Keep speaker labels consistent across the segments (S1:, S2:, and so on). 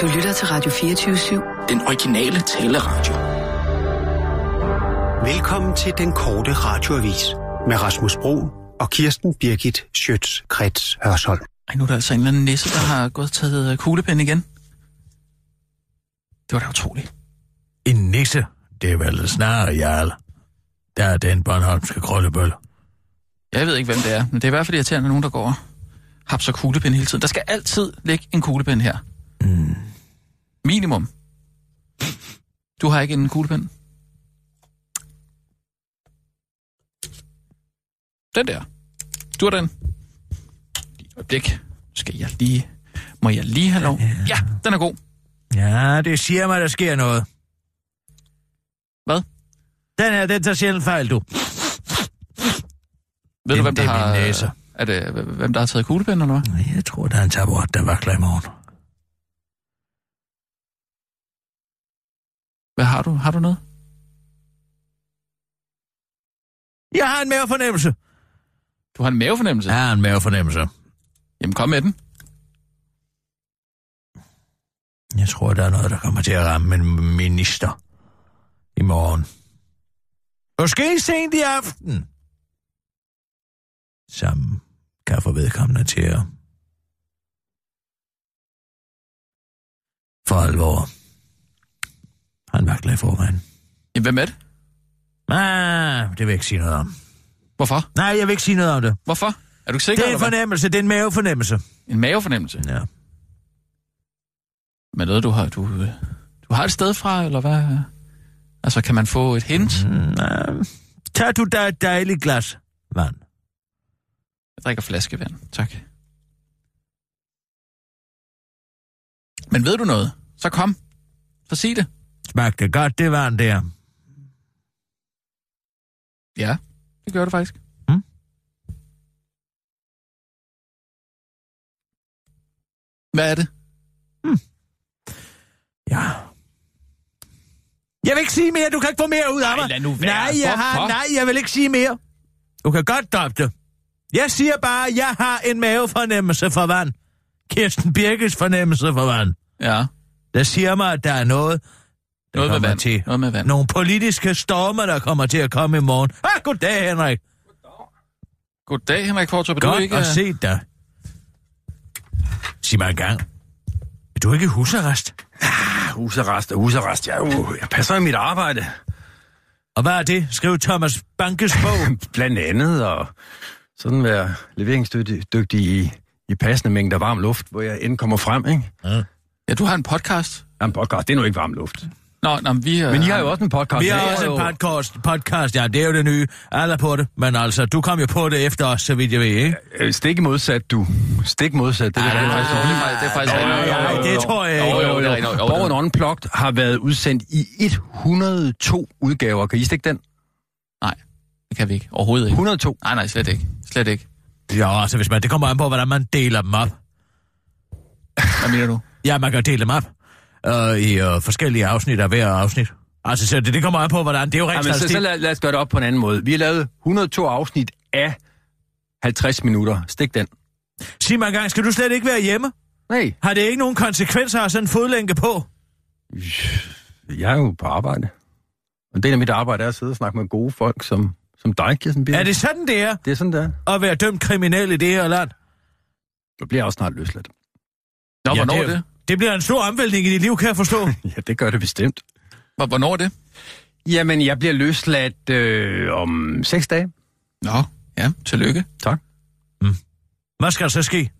S1: Du lytter til Radio 24-7.
S2: Den originale taleradio.
S3: Velkommen til den korte radioavis med Rasmus Bro og Kirsten Birgit Schøtz-Krets Hørsholm.
S4: Ej, nu er der altså en eller anden næse, der har gået og taget øh, kuglepen igen. Det var da utroligt.
S5: En nisse, det er vel snarere jarl. Der er den Bornholmske krøllebøl.
S4: Jeg ved ikke, hvem det er, men det er i hvert fald irriterende, at nogen, der går og hapser kuglepen hele tiden. Der skal altid ligge en kuglepen her. Mm. Minimum. Du har ikke en kuglepen? Den der. Du har den. Lige et øjeblik. Skal jeg lige... Må jeg lige have lov? Ja, den er god.
S5: Ja, det siger mig, der sker noget.
S4: Hvad?
S5: Den her, den tager sjældent fejl, du.
S4: Ved du,
S5: Jamen,
S4: hvem der
S5: det er
S4: har...
S5: min næse.
S4: Er det, hvem der har taget kuglepen, eller hvad?
S5: Jeg tror, der er en taburet, der vakler i morgen.
S4: Hvad har du? Har du noget?
S5: Jeg har en mavefornemmelse.
S4: Du har en mavefornemmelse?
S5: Jeg har en mavefornemmelse.
S4: Jamen, kom med den.
S5: Jeg tror, der er noget, der kommer til at ramme en minister i morgen. Måske sent i aften. Som kan få vedkommende til at... For alvor. Han vakler i forvejen.
S4: Jamen, hvem er det?
S5: Ah, det vil jeg ikke sige noget om.
S4: Hvorfor?
S5: Nej, jeg vil ikke sige noget om det.
S4: Hvorfor? Er du ikke sikker?
S5: Det er en
S4: eller hvad?
S5: fornemmelse, det er en mavefornemmelse.
S4: en mavefornemmelse.
S5: Ja.
S4: Men noget, du har, du, øh, du har et sted fra, eller hvad? Altså, kan man få et hint? Mm.
S5: Nej. Tag du dig et dejligt glas vand.
S4: Jeg drikker flaskevand. Tak. Men ved du noget? Så kom. Så sig det.
S5: Smagte godt det vand der.
S4: Ja, det gør det faktisk.
S5: Mm.
S4: Hvad er det?
S5: Ja. Jeg vil ikke sige mere. Du kan ikke få mere ud af
S4: Ej,
S5: mig.
S4: lad nu være.
S5: Nej, jeg har,
S4: Hvorfor?
S5: nej, jeg vil ikke sige mere. Du kan godt droppe det. Jeg siger bare, at jeg har en mavefornemmelse for vand. Kirsten Birkes fornemmelse for vand.
S4: Ja,
S5: Der siger mig, at der er noget, der
S4: noget med
S5: kommer
S4: vand.
S5: til.
S4: Noget med vand.
S5: Nogle politiske stormer, der kommer til at komme i morgen. Ah, goddag, Henrik.
S4: Goddag, Henrik Fortrup. Er du
S5: Godt
S4: ikke,
S5: ikke... at
S4: øh,
S5: se dig. Sig mig en gang. Er du ikke i husarrest?
S6: Ah, Husarrest og husarrest. Jeg, er jo, jeg passer i mit arbejde.
S5: Og hvad er det? Skriv Thomas Bankes bog.
S6: Blandt andet og sådan være leveringsdygtig i, i passende mængder varm luft, hvor jeg end kommer frem, ikke?
S4: Ja, du har en podcast.
S6: Jamen, podcast, det er nu ikke varm luft.
S4: Nå, nå men vi... Øh,
S6: Men I har jo også en podcast.
S5: Vi har
S6: Jeg
S5: også
S6: er
S5: en
S6: jo-
S5: podcast, podcast, ja, det er jo det nye. Alle er på det, men altså, du kom jo på det efter os, så vidt jeg ved, ikke?
S6: Øh, Stik modsat, du. Stik modsat. Det, der,
S4: det er
S6: det,
S4: faktisk, det er faktisk, det er faktisk
S5: Nej,
S4: rigtigt.
S5: nej, det tror jeg
S4: Jo,
S5: ikke.
S4: jo, det er rigtigt. Jo,
S6: Borgen
S4: jo.
S6: Unplugged har været udsendt i 102 udgaver. Kan I stikke den?
S4: Nej, det kan vi ikke. Overhovedet ikke.
S6: 102.
S4: Nej, nej, slet ikke. Slet ikke.
S5: Jo, altså, hvis man, det kommer an på, hvordan man deler dem op.
S4: Hvad mener du?
S5: Ja, man kan dele dem op øh, i øh, forskellige afsnit af hver afsnit. Altså, så det, det kommer an på, hvordan... Det er jo rent
S6: Jamen, så, så
S5: statistik.
S6: lad, lad os gøre det op på en anden måde. Vi har lavet 102 afsnit af 50 minutter. Stik den.
S5: Sig mig engang, skal du slet ikke være hjemme?
S6: Nej,
S5: Har det ikke nogen konsekvenser at have sådan en fodlænke på?
S6: jeg er jo på arbejde. Og en del af mit arbejde er at sidde og snakke med gode folk som, som dig, Kirsten Birk.
S5: Er det sådan, det er
S6: det er sådan, der.
S5: at være dømt kriminel i det her land?
S6: Du bliver også snart løsladt.
S4: Nå,
S5: Ja,
S4: hvornår
S5: det
S4: er
S5: er jo-
S4: det?
S5: Det bliver en stor omvæltning i dit liv, kan jeg forstå.
S6: Ja, det gør det bestemt.
S4: Hvor- Hvornår er det?
S6: Jamen, jeg bliver løsladt øh, om 6 dage.
S4: Nå, ja, tillykke.
S5: Mm. Hvad skal der så ske?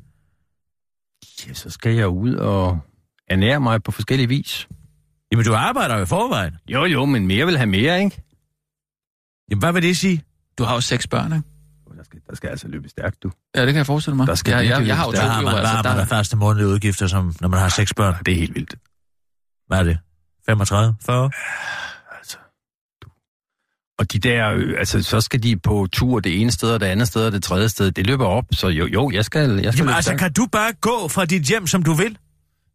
S6: Ja, så skal jeg ud og ernære mig på forskellige vis.
S5: Jamen, du arbejder jo i forvejen.
S6: Jo, jo, men mere vil have mere, ikke?
S5: Jamen, hvad vil det sige?
S4: Du har jo seks børn, ikke?
S6: Der skal, der skal altså løbe stærkt, du.
S4: Ja, det kan jeg forestille mig.
S6: Der skal
S4: jeg, jeg,
S6: virkelig
S4: jeg har jo
S6: løbes.
S4: to,
S5: Der har
S4: jo,
S5: man, der
S4: altså.
S5: har man der
S4: Der,
S5: faste månedlige udgifter, som, når man har seks børn.
S6: Det er helt vildt.
S5: Hvad er det? 35? 40?
S6: Altså, du. Og de der, øh, altså, så skal de på tur det ene sted, og det andet sted, og det tredje sted. Det løber op, så jo, jo, jeg skal, jeg skal
S5: Jamen,
S6: løbe
S5: altså,
S6: stærkt.
S5: kan du bare gå fra dit hjem, som du vil?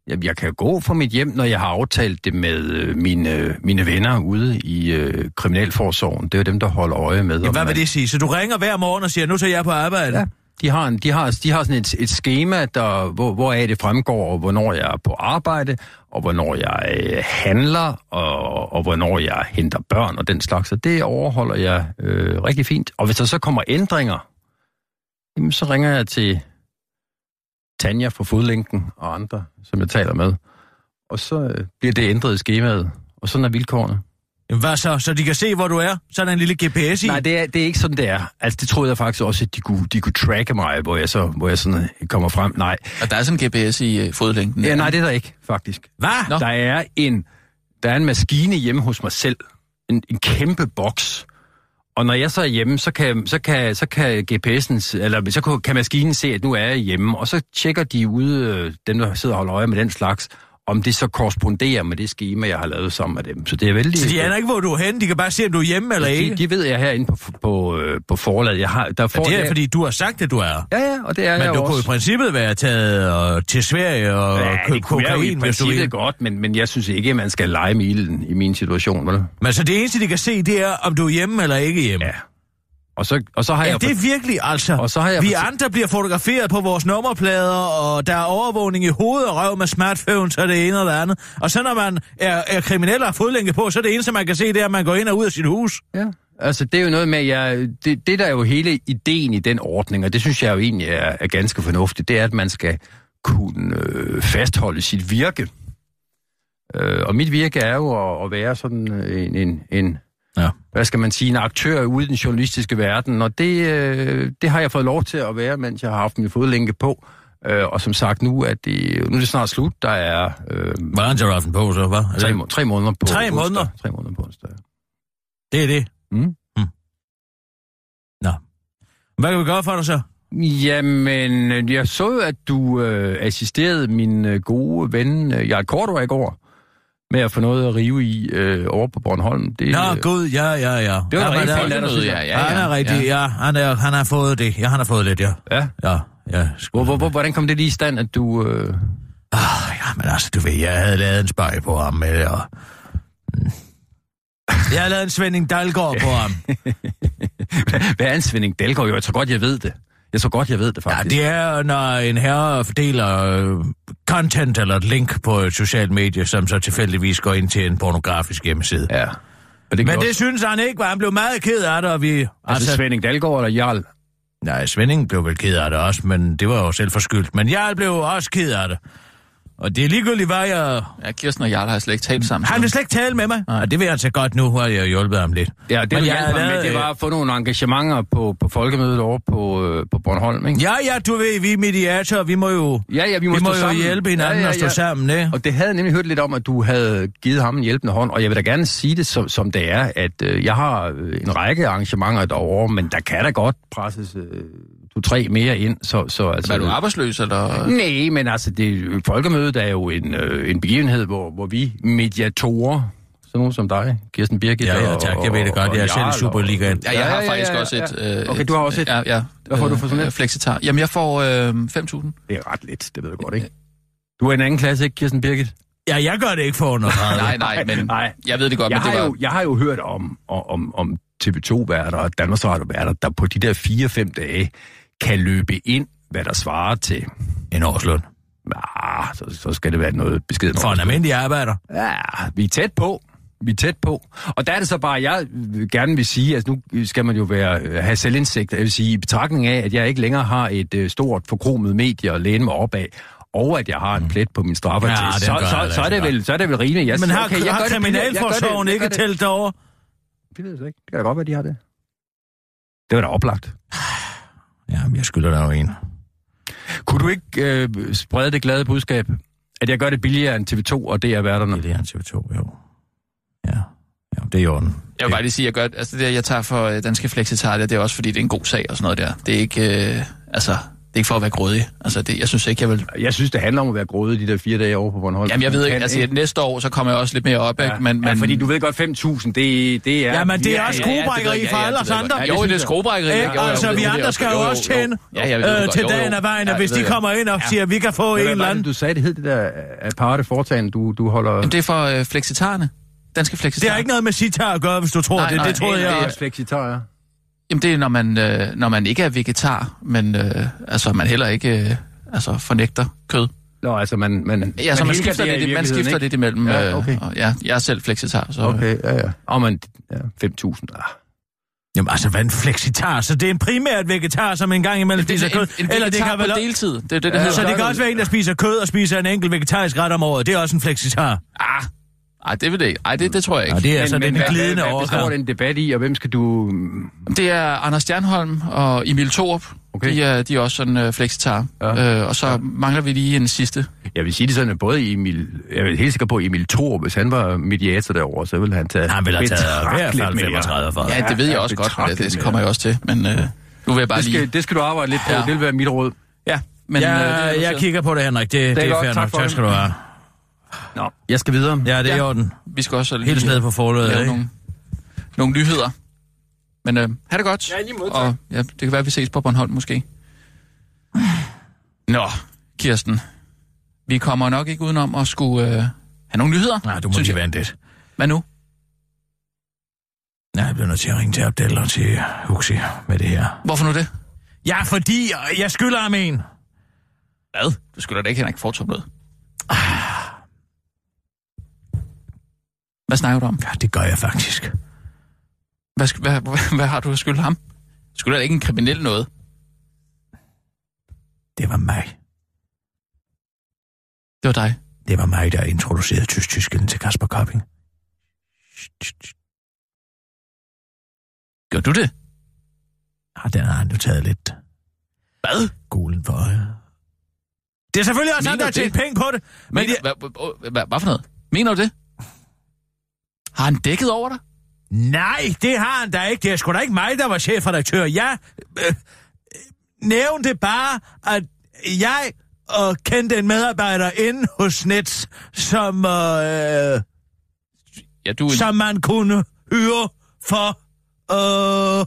S6: Jamen, jeg kan jo gå fra mit hjem, når jeg har aftalt det med øh, mine, øh, mine venner ude i øh, Kriminalforsorgen. Det er jo dem, der holder øje med. om
S5: Jamen, hvad
S6: man-
S5: vil det sige? Så du ringer hver morgen og siger, nu tager jeg på arbejde?
S6: Ja. De har, en, de har, de har sådan et, et schema, der, hvor, hvoraf det fremgår, hvornår jeg er på arbejde, og hvornår jeg øh, handler, og, og hvornår jeg henter børn og den slags. Så det overholder jeg øh, rigtig fint. Og hvis der så kommer ændringer, jamen, så ringer jeg til Tanja fra Fodlænken og andre, som jeg taler med. Og så øh, bliver det ændret i skemaet, og sådan er vilkårene.
S5: Jamen, hvad så? Så de kan se, hvor du er? Så er der en lille GPS i?
S6: Nej, det er, det er ikke sådan, det er. Altså, det troede jeg faktisk også, at de kunne, de kunne tracke mig, hvor jeg så hvor jeg sådan øh, kommer frem. Nej,
S4: Og der er sådan en GPS i øh, fodlænken.
S6: ja, nej det er der ikke, faktisk.
S5: Hvad?
S4: Nå.
S6: Der er en, der er en maskine hjemme hos mig selv. En, en kæmpe boks. Og når jeg så er hjemme, så kan, så kan, så kan GPS'en, eller så kan, kan maskinen se, at nu er jeg hjemme. Og så tjekker de ude, øh, dem der sidder og holder øje med den slags, om det så korresponderer med det schema, jeg har lavet sammen med dem. Så det er vældig...
S5: Så de aner ikke, hvor du er henne. De kan bare se, om du er hjemme eller
S6: de,
S5: ikke.
S6: de ved jeg herinde på, på, øh, på forladet. Jeg har, der får
S5: Men det
S6: jeg-
S5: er, fordi du har sagt, at du er.
S6: Ja, ja, og det er
S5: Men
S6: jeg
S5: du
S6: også.
S5: kunne i princippet være taget og, til Sverige og
S6: ja,
S5: købe
S6: det kunne jeg jo i
S5: kokain, hvis du
S6: princippet
S5: ville.
S6: godt, men, men jeg synes ikke, at man skal lege med ilden i min situation, vel?
S5: Men så det eneste, de kan se, det er, om du er hjemme eller ikke hjemme.
S6: Ja. Og så, og så har
S5: Ja,
S6: jeg...
S5: det er virkelig altså.
S6: Og så har jeg
S5: Vi
S6: fortæ-
S5: andre bliver fotograferet på vores nummerplader, og der er overvågning i hovedet og røv med smartphone, så er det ene og det andet. Og så når man er, er kriminel og har fodlænke på, så er det eneste, man kan se, det er, at man går ind og ud af sit hus.
S6: Ja. Altså, det er jo noget med, at jeg, det, det der er jo hele ideen i den ordning, og det synes jeg jo egentlig er, er ganske fornuftigt, det er, at man skal kunne øh, fastholde sit virke. Øh, og mit virke er jo at, at være sådan øh, en, en, en
S5: Ja.
S6: hvad skal man sige, en aktør ude i den journalistiske verden, og det, øh, det har jeg fået lov til at være, mens jeg har haft min fodlænke på. Øh, og som sagt, nu er, det, nu er det snart slut. Der er øh,
S5: Hvad har han til på, så? Hvad?
S6: tre, må- tre måneder på
S5: Tre
S6: onsdag.
S5: måneder?
S6: Tre måneder på onsdag.
S5: Det er det.
S6: Mm.
S5: Mm. Nå. Hvad kan vi gøre for dig så?
S6: Jamen, øh, jeg så, at du øh, assisterede min øh, gode ven, øh, Jarl Kortor, i går, med at få noget at rive i øh, over på Bornholm. Det,
S5: Nå,
S6: øh,
S5: gud, ja, ja, ja.
S6: Det var da
S5: Ja, men
S6: rent
S5: der-
S6: folkemøde,
S5: der-
S4: ja, ja,
S5: Han er
S4: ja.
S5: rigtig, ja. Han, er, han har fået det. Ja, han har fået lidt, ja.
S6: Ja.
S5: Ja, ja.
S6: Hvor, hvor, hvor, hvordan kom det lige i stand, at du... Øh,
S5: Ah, ja, men altså, du ved, jeg havde lavet en spøj på ham, med, og... Mm. Jeg havde lavet en Svending Dalgaard på ham.
S6: hvad er en Svending Dalgaard? Jo, jeg tror godt, jeg ved det. Jeg tror godt, jeg ved det,
S5: Ja,
S6: faktisk.
S5: det er, når en herre fordeler øh, content eller et link på et socialt medie, som så tilfældigvis går ind til en pornografisk hjemmeside. Ja,
S6: Ja. Og det
S5: men
S6: men
S5: det synes han ikke, var. Han blev meget ked af det, og vi...
S6: Altså, altså Svending Dalgaard eller Jarl?
S5: Nej, Svending blev vel ked af det også, men det var jo selv forskyldt. Men jeg blev også ked af det. Og det er ligegyldigt, hvad jeg...
S4: Ja, Kirsten og Jarl har slet ikke talt sammen.
S5: Han vil slet ikke tale med mig.
S4: Nej.
S5: Og det vil jeg så godt nu, hvor jeg har hjulpet ham lidt.
S6: Ja, det,
S5: Men
S6: du
S5: jeg
S6: hjalp
S5: har
S6: mig med,
S5: lavet,
S6: det var at få nogle engagementer på, på folkemødet over på, øh, på Bornholm, ikke?
S5: Ja, ja, du ved, vi er mediatorer, vi må jo...
S6: Ja, ja, vi må,
S5: Vi må
S6: stå
S5: jo
S6: sammen.
S5: hjælpe hinanden
S6: ja, ja, ja.
S5: og stå sammen, ikke?
S6: Og det havde jeg nemlig hørt lidt om, at du havde givet ham en hjælpende hånd, og jeg vil da gerne sige det, som, som det er, at øh, jeg har øh, en række arrangementer derovre, men der kan da godt presses øh, du-tre mere ind, så, så altså...
S4: Er du arbejdsløs, eller...
S6: Nej, men altså, det, folkemødet er jo en, øh, en begivenhed, hvor, hvor vi mediatorer, sådan nogen som dig, Kirsten Birgit
S5: Ja, ja,
S6: og-
S5: tak, jeg ved det
S6: og-
S5: godt.
S6: og
S5: Jeg er selv i
S6: Jarl
S5: Superligaen.
S4: Ja, jeg har faktisk også et... øh,
S6: Okay, du har også et.
S4: Ja, ja.
S6: Hvad får
S4: øh,
S6: du for sådan et?
S4: øh, Flexitar. Jamen, jeg får øh, 5.000.
S6: Det er ret lidt, det ved jeg godt, ikke? Du er i en anden klasse, ikke, Kirsten Birgit?
S5: Ja, jeg gør det ikke for under.
S4: Nej, nej, men
S6: nej.
S4: jeg ved det godt,
S6: jeg
S4: men det
S6: har
S4: var...
S6: jo, jeg har jo hørt om, om, om TV2-værter og Danmarks Radio-værter, der på de der 4-5 dage kan løbe ind, hvad der svarer til.
S5: En årsløn.
S6: Ah, så, så skal det være noget beskeden.
S5: For en almindelig arbejder.
S6: Ja, Ah, vi er tæt på. Vi er tæt på. Og der er det så bare, jeg øh, gerne vil sige, at altså nu skal man jo være, øh, have selvindsigt, jeg vil sige, i betragtning af, at jeg ikke længere har et øh, stort, forkromet medie at læne mig op af, og at jeg har en plet på min straffertest,
S5: Mm. Ja, den
S6: så,
S5: gør jeg
S6: så,
S5: da
S6: så, er det
S5: altså
S6: vel, så er det vel rimeligt. Jeg
S5: Men
S6: siger,
S5: har,
S6: okay, jeg
S5: har
S6: gør det, jeg gør det,
S5: kriminalforsorgen
S6: jeg gør det.
S5: ikke talt over?
S6: Det ved jeg så ikke. Det kan da godt være, de har det. Det var da oplagt.
S5: Jamen, jeg skylder dig jo en.
S6: Kunne du ikke øh, sprede det glade budskab, at jeg gør det billigere end TV2 og DR-værterne?
S5: Det er han TV2, jo. Ja, ja det er i orden.
S4: Jeg vil bare lige sige, at jeg, gør, altså det der, jeg tager for øh, Danske Flexitar, det er også fordi, det er en god sag og sådan noget der. Det er ikke, øh, altså, det er ikke for at være grådig. Altså, det, jeg synes ikke, jeg vil...
S6: Jeg synes, det handler om at være grådig de der fire dage over på Bornholm.
S4: Jamen, jeg ved
S6: Man
S4: ikke,
S6: kan
S4: altså næste år, så kommer jeg også lidt mere op, ikke?
S6: Ja,
S4: Men, men,
S6: ja, fordi du ved godt, 5.000, det, det er...
S5: Ja, men det er også
S4: Ja, ja, det ved
S5: skruebrækkeri
S4: jeg,
S5: for
S4: ja, ja,
S5: alle
S4: det
S5: os
S4: ved jeg
S5: andre.
S4: godt.
S6: Ja, det
S4: Jo, det er
S6: synes jeg.
S4: skruebrækkeri.
S5: Ikke? Altså, vi andre skal jo også tjene
S4: Ja, jeg ved det
S5: øh,
S4: godt.
S5: til
S4: Jo, jo.
S5: dagen af vejen,
S4: Ja,
S5: at
S4: det
S5: hvis
S4: ved
S5: de
S4: jeg godt.
S5: kommer ind og siger, at vi kan få en
S6: Hvad var
S5: eller
S6: det,
S5: anden...
S6: du sagde det hed, det der øh, aparte foretagende, du, du holder...
S4: Jamen, det er for øh, flexitarerne. Danske flexitarerne.
S5: Det har ikke noget med sitar at gøre, hvis du tror
S4: Nej,
S5: det.
S4: nej,
S5: Det troede
S4: aner
S5: jeg
S4: det
S5: også.
S6: er flexitar, ja.
S4: Jamen det er, når man, øh, når man ikke er vegetar, men øh, altså, man heller ikke øh, altså, fornægter kød.
S6: Nå, altså man... man
S4: Ja, så man, man
S6: helgar
S4: skifter,
S6: det i
S4: lidt, man skifter
S6: virkeligheden,
S4: lidt imellem.
S6: Ja,
S4: øh,
S6: okay.
S4: og, ja, jeg er selv flexitar, så...
S6: ikke? Okay, ja, ja. Og man... Ja, 5.000. Ah.
S5: Jamen altså, hvad er en flexitar? Så det er en primært vegetar, som en gang imellem
S4: Det
S5: spiser
S4: er
S5: kød?
S4: en, en
S5: Eller det
S4: vegetar
S5: kan
S4: på
S5: vel... o-
S4: deltid. Det er det, der hedder.
S5: Så det kan også være en, der spiser kød og spiser en enkelt vegetarisk ret om året. Det er også en flexitar.
S4: Ah, ej, det vil det ikke. Ej, det, det tror jeg ikke.
S5: Ja, det er altså den
S6: hvad-
S5: glidende
S6: hvad, hvad består
S5: overgang.
S6: den debat i, og hvem skal du...
S4: Det er Anders Stjernholm og Emil Thorup.
S6: Okay.
S4: Okay. De, er, de er også sådan øh, flexitar.
S6: Ja.
S4: Ja. Øh, og så ja. mangler vi lige en sidste.
S6: Jeg vil sige det sådan, at både Emil... Jeg er helt sikker på, at Emil Thorup, hvis han var mediator derovre, så ville han tage...
S5: Han vil have taget i hvert
S6: betragteligt
S5: fald
S6: mere.
S5: 35 for.
S4: Ja, det ved
S6: ja,
S4: jeg også godt, men det,
S6: betragteligt
S4: det kommer jeg også til. Men øh, nu vil jeg bare
S6: Det
S4: lige...
S6: skal, det skal du arbejde lidt på,
S4: Ja.
S6: det vil være mit råd.
S4: Ja, men... øh, det er
S5: Ja,
S4: noteret.
S5: jeg kigger på det, Henrik. Det, det er
S6: godt.
S5: fair
S6: Tak
S5: nok.
S6: for
S5: Tak
S6: det.
S5: skal du have.
S6: Nå, jeg skal videre.
S5: Ja, det er i
S4: Ja.
S5: orden.
S4: Vi skal også lige
S5: Helt sted på forløbet,
S4: lave
S5: ikke?
S4: nogle, nogle nyheder. Men øh, ha' det godt. Ja, lige måde, Og ja, det kan være, at vi ses på Bornholm måske. Nå, Kirsten. Vi kommer nok ikke udenom at skulle øh, have nogle nyheder.
S5: Nej, du må
S4: synes
S5: lige
S4: jeg.
S5: vente lidt.
S4: Hvad nu?
S5: Nej, jeg bliver nødt til at ringe til Abdel og til Huxi med det her.
S4: Hvorfor nu det?
S5: Ja, fordi jeg skylder ham en.
S4: Hvad? Du skylder da ikke Henrik Fortrup noget. Hvad snakker du om?
S5: Ja, det gør jeg faktisk.
S4: Hvad, sk- hvad, hvad, hvad har du at skylde ham? Skylder da ikke en kriminel noget?
S5: Det var mig.
S4: Det var dig.
S5: Det var mig, der introducerede tysk-tyskelen til Kasper Kopping.
S4: Gjorde du det?
S5: Ja, den har han jo taget lidt
S4: Hvad?
S5: gulen for øje. Det er selvfølgelig
S4: Mener
S5: også ham, der har
S4: du
S5: tjent
S4: det?
S5: penge på det. Men
S4: Men
S5: det...
S4: hvad, hvad, hvad, hvad for noget? Mener du det? Har han dækket over dig?
S5: Nej, det har han da ikke. Det er sgu da ikke mig, der var chefredaktør. Jeg øh, nævnte bare, at jeg øh, kendte en medarbejder inde hos Nets, som, øh,
S4: Ja, du er en,
S5: som man kunne hyre for øh,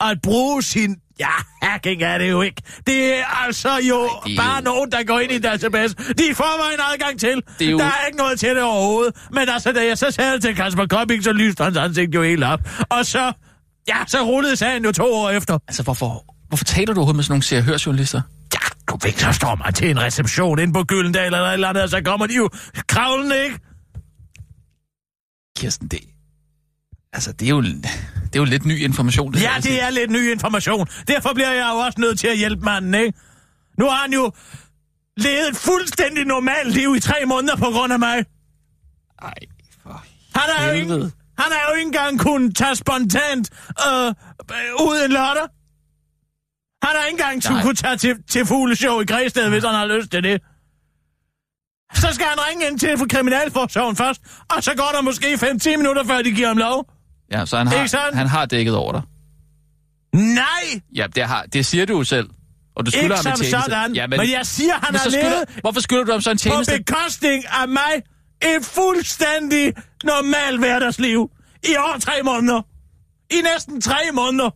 S5: øh, at bruge sin... Ja, hacking er det jo ikke. Det er altså jo Ej,
S4: det er
S5: bare
S4: jo-
S5: nogen, der går ind i en database. De får mig en adgang til.
S4: Det er jo-
S5: Der er ikke noget til det overhovedet. Men altså, da jeg så sagde det til Kasper Kopping, så lyste hans ansigt jo helt op. Og så... Ja, så rullede sagen jo to år efter.
S4: altså, hvorfor, hvorfor taler du overhovedet med sådan nogle serhørsjournalister?
S5: Ja, du ved, så står man til en reception inde på Gyldendal eller et eller andet, og så kommer de jo kravlende, ikke?
S4: Kirsten, det... Altså, det er jo, det er jo lidt ny information.
S5: Ja, det er lidt ny information. Derfor bliver jeg jo også nødt til at hjælpe manden, ikke? Nu har han jo levet et fuldstændig normalt liv i tre måneder på grund af mig.
S4: Ej, for...
S5: Han er jo ikke,
S4: Helvede.
S5: han er jo ikke engang kunnet tage spontant øh, øh, ud en lørdag. Han har ikke engang
S4: Nej.
S5: Nej. kunne tage til, til fugleshow i Græsted, hvis han har lyst til det. Så skal han ringe ind til kriminalforsorgen først, og så går der måske 5-10 minutter, før de giver ham lov.
S4: Ja, så han
S5: Ikke
S4: har,
S5: sådan?
S4: han har dækket over dig.
S5: Nej,
S4: Ja, det, har, det siger du jo selv. Og du skylder
S5: ikke
S4: ham
S5: som
S4: en tjeneste.
S5: sådan.
S4: Ja,
S5: men... men jeg siger, han
S4: men
S5: har
S4: så skylder,
S5: levet
S4: hvorfor skylder du ham så en
S5: på
S4: tjeneste?
S5: bekostning af mig et fuldstændig normalt hverdagsliv i over tre måneder. I næsten tre måneder.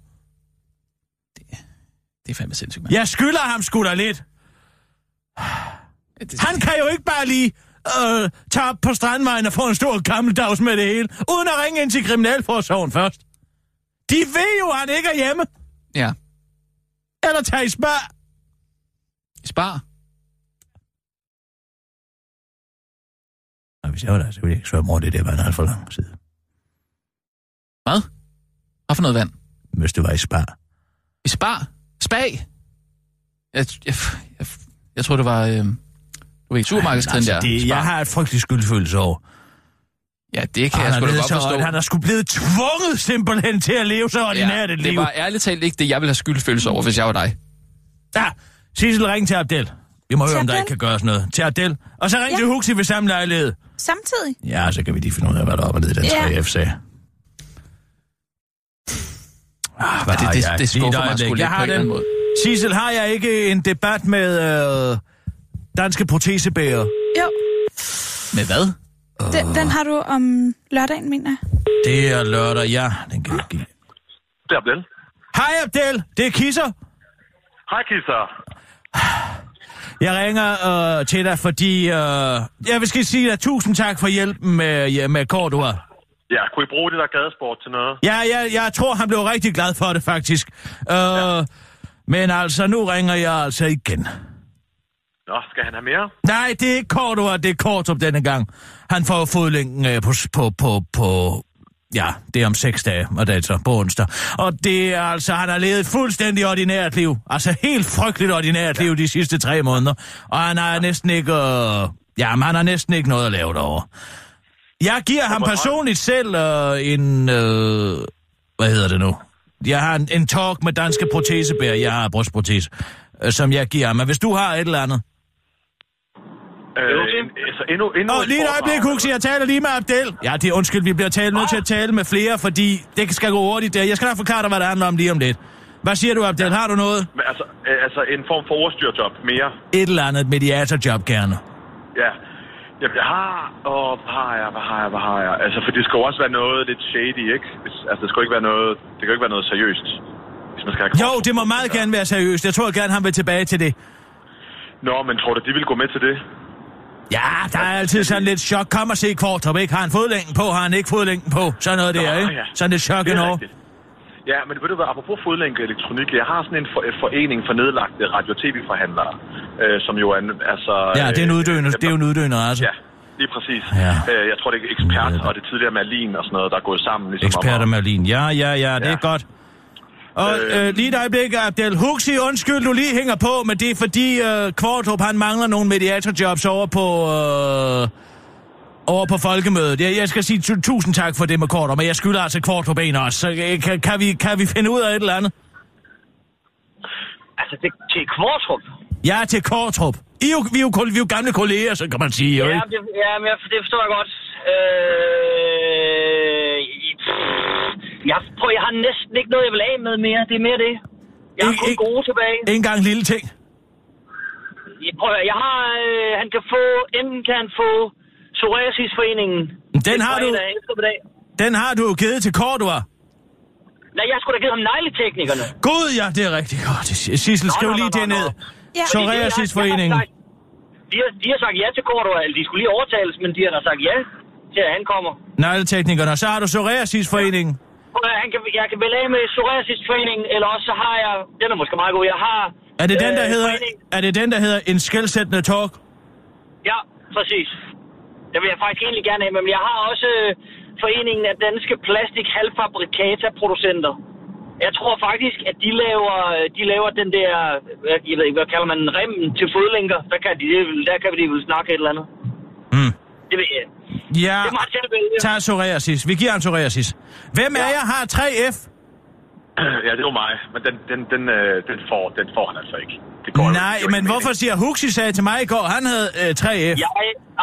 S4: Det er fandme sindssygt, mand.
S5: Jeg skylder ham sgu da lidt.
S4: Ja, det,
S5: Han kan jo ikke bare lige øh, tage op på strandvejen og få en stor gammeldags med det hele, uden at ringe ind til Kriminalforsorgen først. De ved jo, at han ikke er hjemme.
S4: Ja.
S5: Eller tage i spar.
S4: Spar.
S5: Og hvis jeg var der, så ville jeg ikke svare mor, det der var en alt for lang tid.
S4: Hvad? Hvad for noget vand?
S5: Hvis du var i spar.
S4: I spar? Spag? Jeg, jeg, jeg, jeg tror, det var... Øh, du ved, supermarkedstrend der.
S5: altså, det,
S4: Spar.
S5: jeg har et frygteligt skyldfølelse over.
S4: Ja, det kan
S5: han,
S4: jeg sgu
S5: er
S4: da
S5: blevet
S4: godt
S5: så,
S4: forstå.
S5: han er sgu blevet tvunget simpelthen til at leve så ordinært
S4: ja,
S5: et
S4: det
S5: liv.
S4: var ærligt talt ikke det, jeg ville have skyldfølelse over, hvis jeg var dig.
S5: Ja, Sissel, ring til Abdel. Vi må høre, om der
S7: Abdel?
S5: ikke kan gøres noget. Til Abdel. Og så ring
S7: Ja.
S5: til Huxi ved samme lejlighed.
S7: Samtidig.
S5: Ja, så kan vi lige finde ud af, hvad der er op og ned i den
S7: Ja.
S5: 3F-sag. Ah, hvad
S4: det-
S5: har
S4: det-
S5: jeg?
S4: det skuffer
S5: Lige et
S4: mig
S5: øjeblik.
S4: sgu lidt
S5: Jeg
S4: på en
S5: har
S4: eller anden måde.
S5: Sissel, har jeg ikke en debat med øh, danske protesebæger?
S7: Jo,
S4: Med hvad?
S7: den, den har du om lørdagen, mener jeg.
S5: Det er lørdag, ja. Den kan jeg give.
S8: Det er Abdel.
S5: Hej Abdel, det er Kisser.
S8: Hej, Kisser.
S5: Jeg ringer øh, til dig, fordi øh, jeg vil skal sige dig tusind tak for hjælpen med, ja, med Cordua.
S8: Ja, kunne I bruge det der gadesport til noget?
S5: Ja, jeg, jeg tror, han blev rigtig glad for det, faktisk. Øh, ja. Men altså, nu ringer jeg altså igen.
S8: Nå, skal han have mere?
S5: Nej, det er ikke Kortua, det er Kortrup denne gang. Han får fodlænken øh, på, på, på, på... Ja, det er om seks dage, og det er altså på onsdag. Og det er altså, han har levet et fuldstændig ordinært liv. Altså helt frygteligt ordinært liv de sidste tre måneder. Og han har næsten ikke... Øh, jamen, han har næsten ikke noget at lave derovre. Jeg giver ham personligt selv øh, en... Øh, hvad hedder det nu? Jeg har en, en talk med danske protesebær. Jeg har brystprotese, øh, som jeg giver ham. Men hvis du har et eller andet...
S8: Øh, en, altså, endnu, endnu
S5: Nå,
S8: et
S5: lige et
S8: forsvar.
S5: øjeblik, Huxi. Jeg taler lige med Abdel. Ja, det er undskyld, vi bliver talt, nødt til at tale med flere, fordi det skal gå hurtigt der. Jeg skal nok forklare dig, hvad det handler om lige om lidt. Hvad siger du, Abdel? Har du noget?
S8: Men altså, øh, altså, en form for overstyrjob mere.
S5: Et eller andet mediatorjob gerne.
S8: Ja. Jamen, jeg har... Åh, hvad har jeg, hvad har jeg, hvad har jeg? Altså, for det skal jo også være noget lidt shady, ikke? Hvis- Altså, det skal jo ikke være noget... Det kan jo ikke være noget seriøst. Hvis man skal have Altså.
S5: Jo, det må meget gerne være seriøst. Jeg tror gerne, han vil tilbage til det.
S8: Nå, men tror du, de vil gå med til det?
S5: Ja, der er altid sådan lidt chok. Kom og se Kvartrup, ikke? Har han fodlænken på? Har han ikke fodlænken på? Sådan noget der,
S8: Nå,
S5: ikke?
S8: ja.
S5: Sådan lidt chok
S8: Det er
S5: endnu.
S8: rigtigt. Ja, men ved du hvad, apropos fodlænkeelektronik, jeg har sådan en for, øh, forening for nedlagte radio- og tv-forhandlere, øh, som jo er en, altså...
S5: Ja, det er en
S8: øh,
S5: uddøende, det er jo en uddøende altså.
S8: Ja, lige præcis.
S5: Ja.
S8: Ja. Øh, jeg tror, det er ekspert, og det er tidligere Merlin og sådan noget, der er gået sammen. Ligesom
S5: Eksperter
S8: om, at-
S5: Merlin. Ja, ja, ja, det er
S8: Ja.
S5: godt. Og
S8: Øh.
S5: øh, lige et øjeblik, Abdel Huxi, undskyld, du lige hænger på, men det er fordi øh, Kvartrup, han mangler nogle mediatorjobs over på, øh, over på folkemødet. Jeg, jeg skal sige tu- tusind tak for det med Kvartrup, men jeg skylder altså Kvartrup en også. Så, øh, kan, kan, vi, kan vi finde ud af et eller andet?
S9: Altså, det, til Kvartrup.
S5: Ja, til Kvartrup. I er jo, vi, er jo, kol- vi er jo gamle kolleger, så kan man sige. Jo,
S9: Ja,
S5: ikke?
S9: det, ja men jeg, det forstår jeg godt. Øh, i- pff, jeg, prøv, jeg har næsten ikke noget, jeg vil af med mere. Det er mere det. Jeg har
S5: Ikke-
S9: kun
S5: ikke-
S9: gode tilbage.
S5: En gang en lille ting.
S9: Jeg- Prøv, at høre, jeg har, øh, han kan få, enten kan han få psoriasisforeningen.
S5: Den har du-
S9: fredag eftermiddag.
S5: Den har du jo givet til Cordua.
S9: Nej, jeg skulle da givet ham negleteknikerne.
S5: Gud, ja, det er rigtig godt. Sissel, skriv
S9: nå,
S5: lige
S9: nå,
S5: det
S9: nå.
S5: ned.
S7: Ja.
S5: Psoriasisforeningen.
S9: Jeg har sagt- De har, de har sagt ja til Cordua, eller de skulle lige overtales, men de har da sagt ja til, at han kommer.
S5: Negleteknikerne, og så har du psoriasisforeningen.
S9: Prøv at høre, Han kan, jeg kan vælge af med psoriasisforeningen, eller også så har jeg, den er måske meget god, jeg har...
S5: Er det, den, der
S9: øh,
S5: hedder,
S9: foreningen.
S5: er det den, der hedder en skældsættende talk?
S9: Ja, præcis. Det vil jeg faktisk egentlig gerne have, men jeg har også øh, foreningen af danske plastik halvfabrikata producenter. Jeg tror faktisk, at de laver, de laver den der, øh, jeg ved ikke, hvad kalder man den, remmen til fodlænker. Der kan, de, der kan de vel snakke et eller andet.
S5: Mm.
S9: Det ved jeg.
S5: Ja,
S9: Det må han selv vælge.
S5: tag psoriasis. Vi giver ham psoriasis. Hvem af
S9: Ja.
S5: jer har 3F?
S8: Ja, det er jo mig, men den, den, den, øh, den, får, den får han altså ikke. Det jo ikke.
S5: Nej,
S8: Det er jo
S5: men
S8: ikke
S5: hvorfor
S8: meningen.
S5: siger Huxi sagde til mig i går, han havde øh, 3F?
S9: Jeg,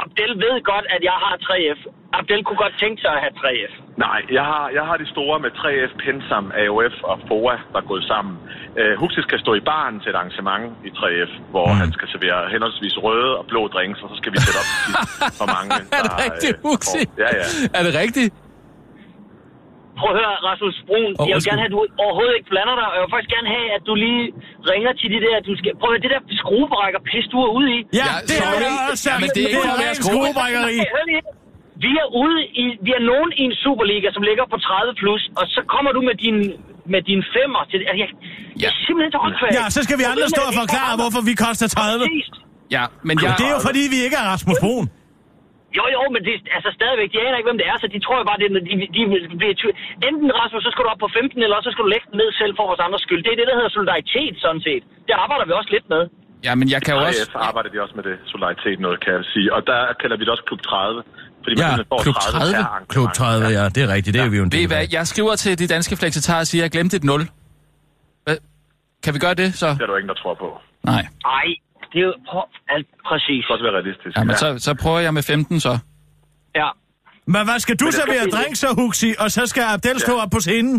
S9: Abdel ved godt, at jeg har 3F. Abdel kunne godt tænke sig at have 3F.
S8: Nej, jeg har, jeg har de store med 3F, Pensam, AOF og FOA, der er gået sammen. Øh, Huxis skal stå i baren til et arrangement i 3F, hvor mm. han skal servere henholdsvis røde og blå drinks, og så skal vi sætte op til sidst, hvor mange der
S4: Er det rigtigt,
S8: øh,
S4: Huxi?
S8: får- Ja, ja.
S4: Er det rigtigt?
S9: Prøv at høre, Rasmus Brun,
S4: Åh,
S9: jeg vil
S4: undskyld.
S9: gerne have, at du overhovedet ikke blander dig, og jeg vil faktisk gerne have, at du lige ringer til de der, du skal... Prøv at høre, det der skruebrækker pis, du er ude i.
S5: Ja,
S4: Ja,
S5: det har
S4: sorry.
S5: jeg også sagt.
S4: Ja, men
S5: det er
S4: for at
S5: ren
S4: være
S5: skruebrækkeri.
S9: Hey, hør lige. Vi er ude i, vi er nogen i en Superliga, som ligger på 30 plus, og så kommer du med din, med din femmer til... Altså, jeg, ja. er simpelthen så åndssvagt.
S5: Ja, så skal vi andre stå og forklare, hvorfor vi koster 30.
S9: Præcis.
S4: Ja, men jeg...
S5: Det er jo fordi, vi ikke er Rasmus Brun.
S9: Jo, jo, men det er altså stadigvæk, de aner ikke, hvem det er, så de tror jo bare, det er, de, de, de, de, enten Rasmus, så skal du op på 15, eller også så skal du lægge den ned selv for vores andres skyld. Det er det, der hedder solidaritet, sådan set. Det arbejder vi også lidt med.
S4: Ja, men jeg kan jo også...
S8: 3F arbejder de også med det solidaritet noget, kan jeg sige. Og der kalder vi det også Klub 30, fordi man
S5: Ja,
S8: simpelthen får
S5: klub
S8: 30,
S5: 30.
S8: per arrangement.
S5: Klub 30, ja, det er rigtigt. Det er vi jo en
S4: Ved I
S5: del
S4: hvad?
S5: af.
S4: Jeg skriver til de danske fleksitarer og siger, at jeg glemte et 0. Hvad? Kan vi gøre det, så?
S8: Det er der jo ingen, der tror på.
S4: Nej.
S9: Ej, det er jo pr- alt præcis.
S8: Det skal også være realistisk.
S4: Ja, men så, så prøver jeg med 15, så.
S9: Ja.
S5: Men hvad skal du
S8: Men det
S5: servere
S8: skal vi-
S5: drinks og Huxi, og så skal Abdel stå op på scenen?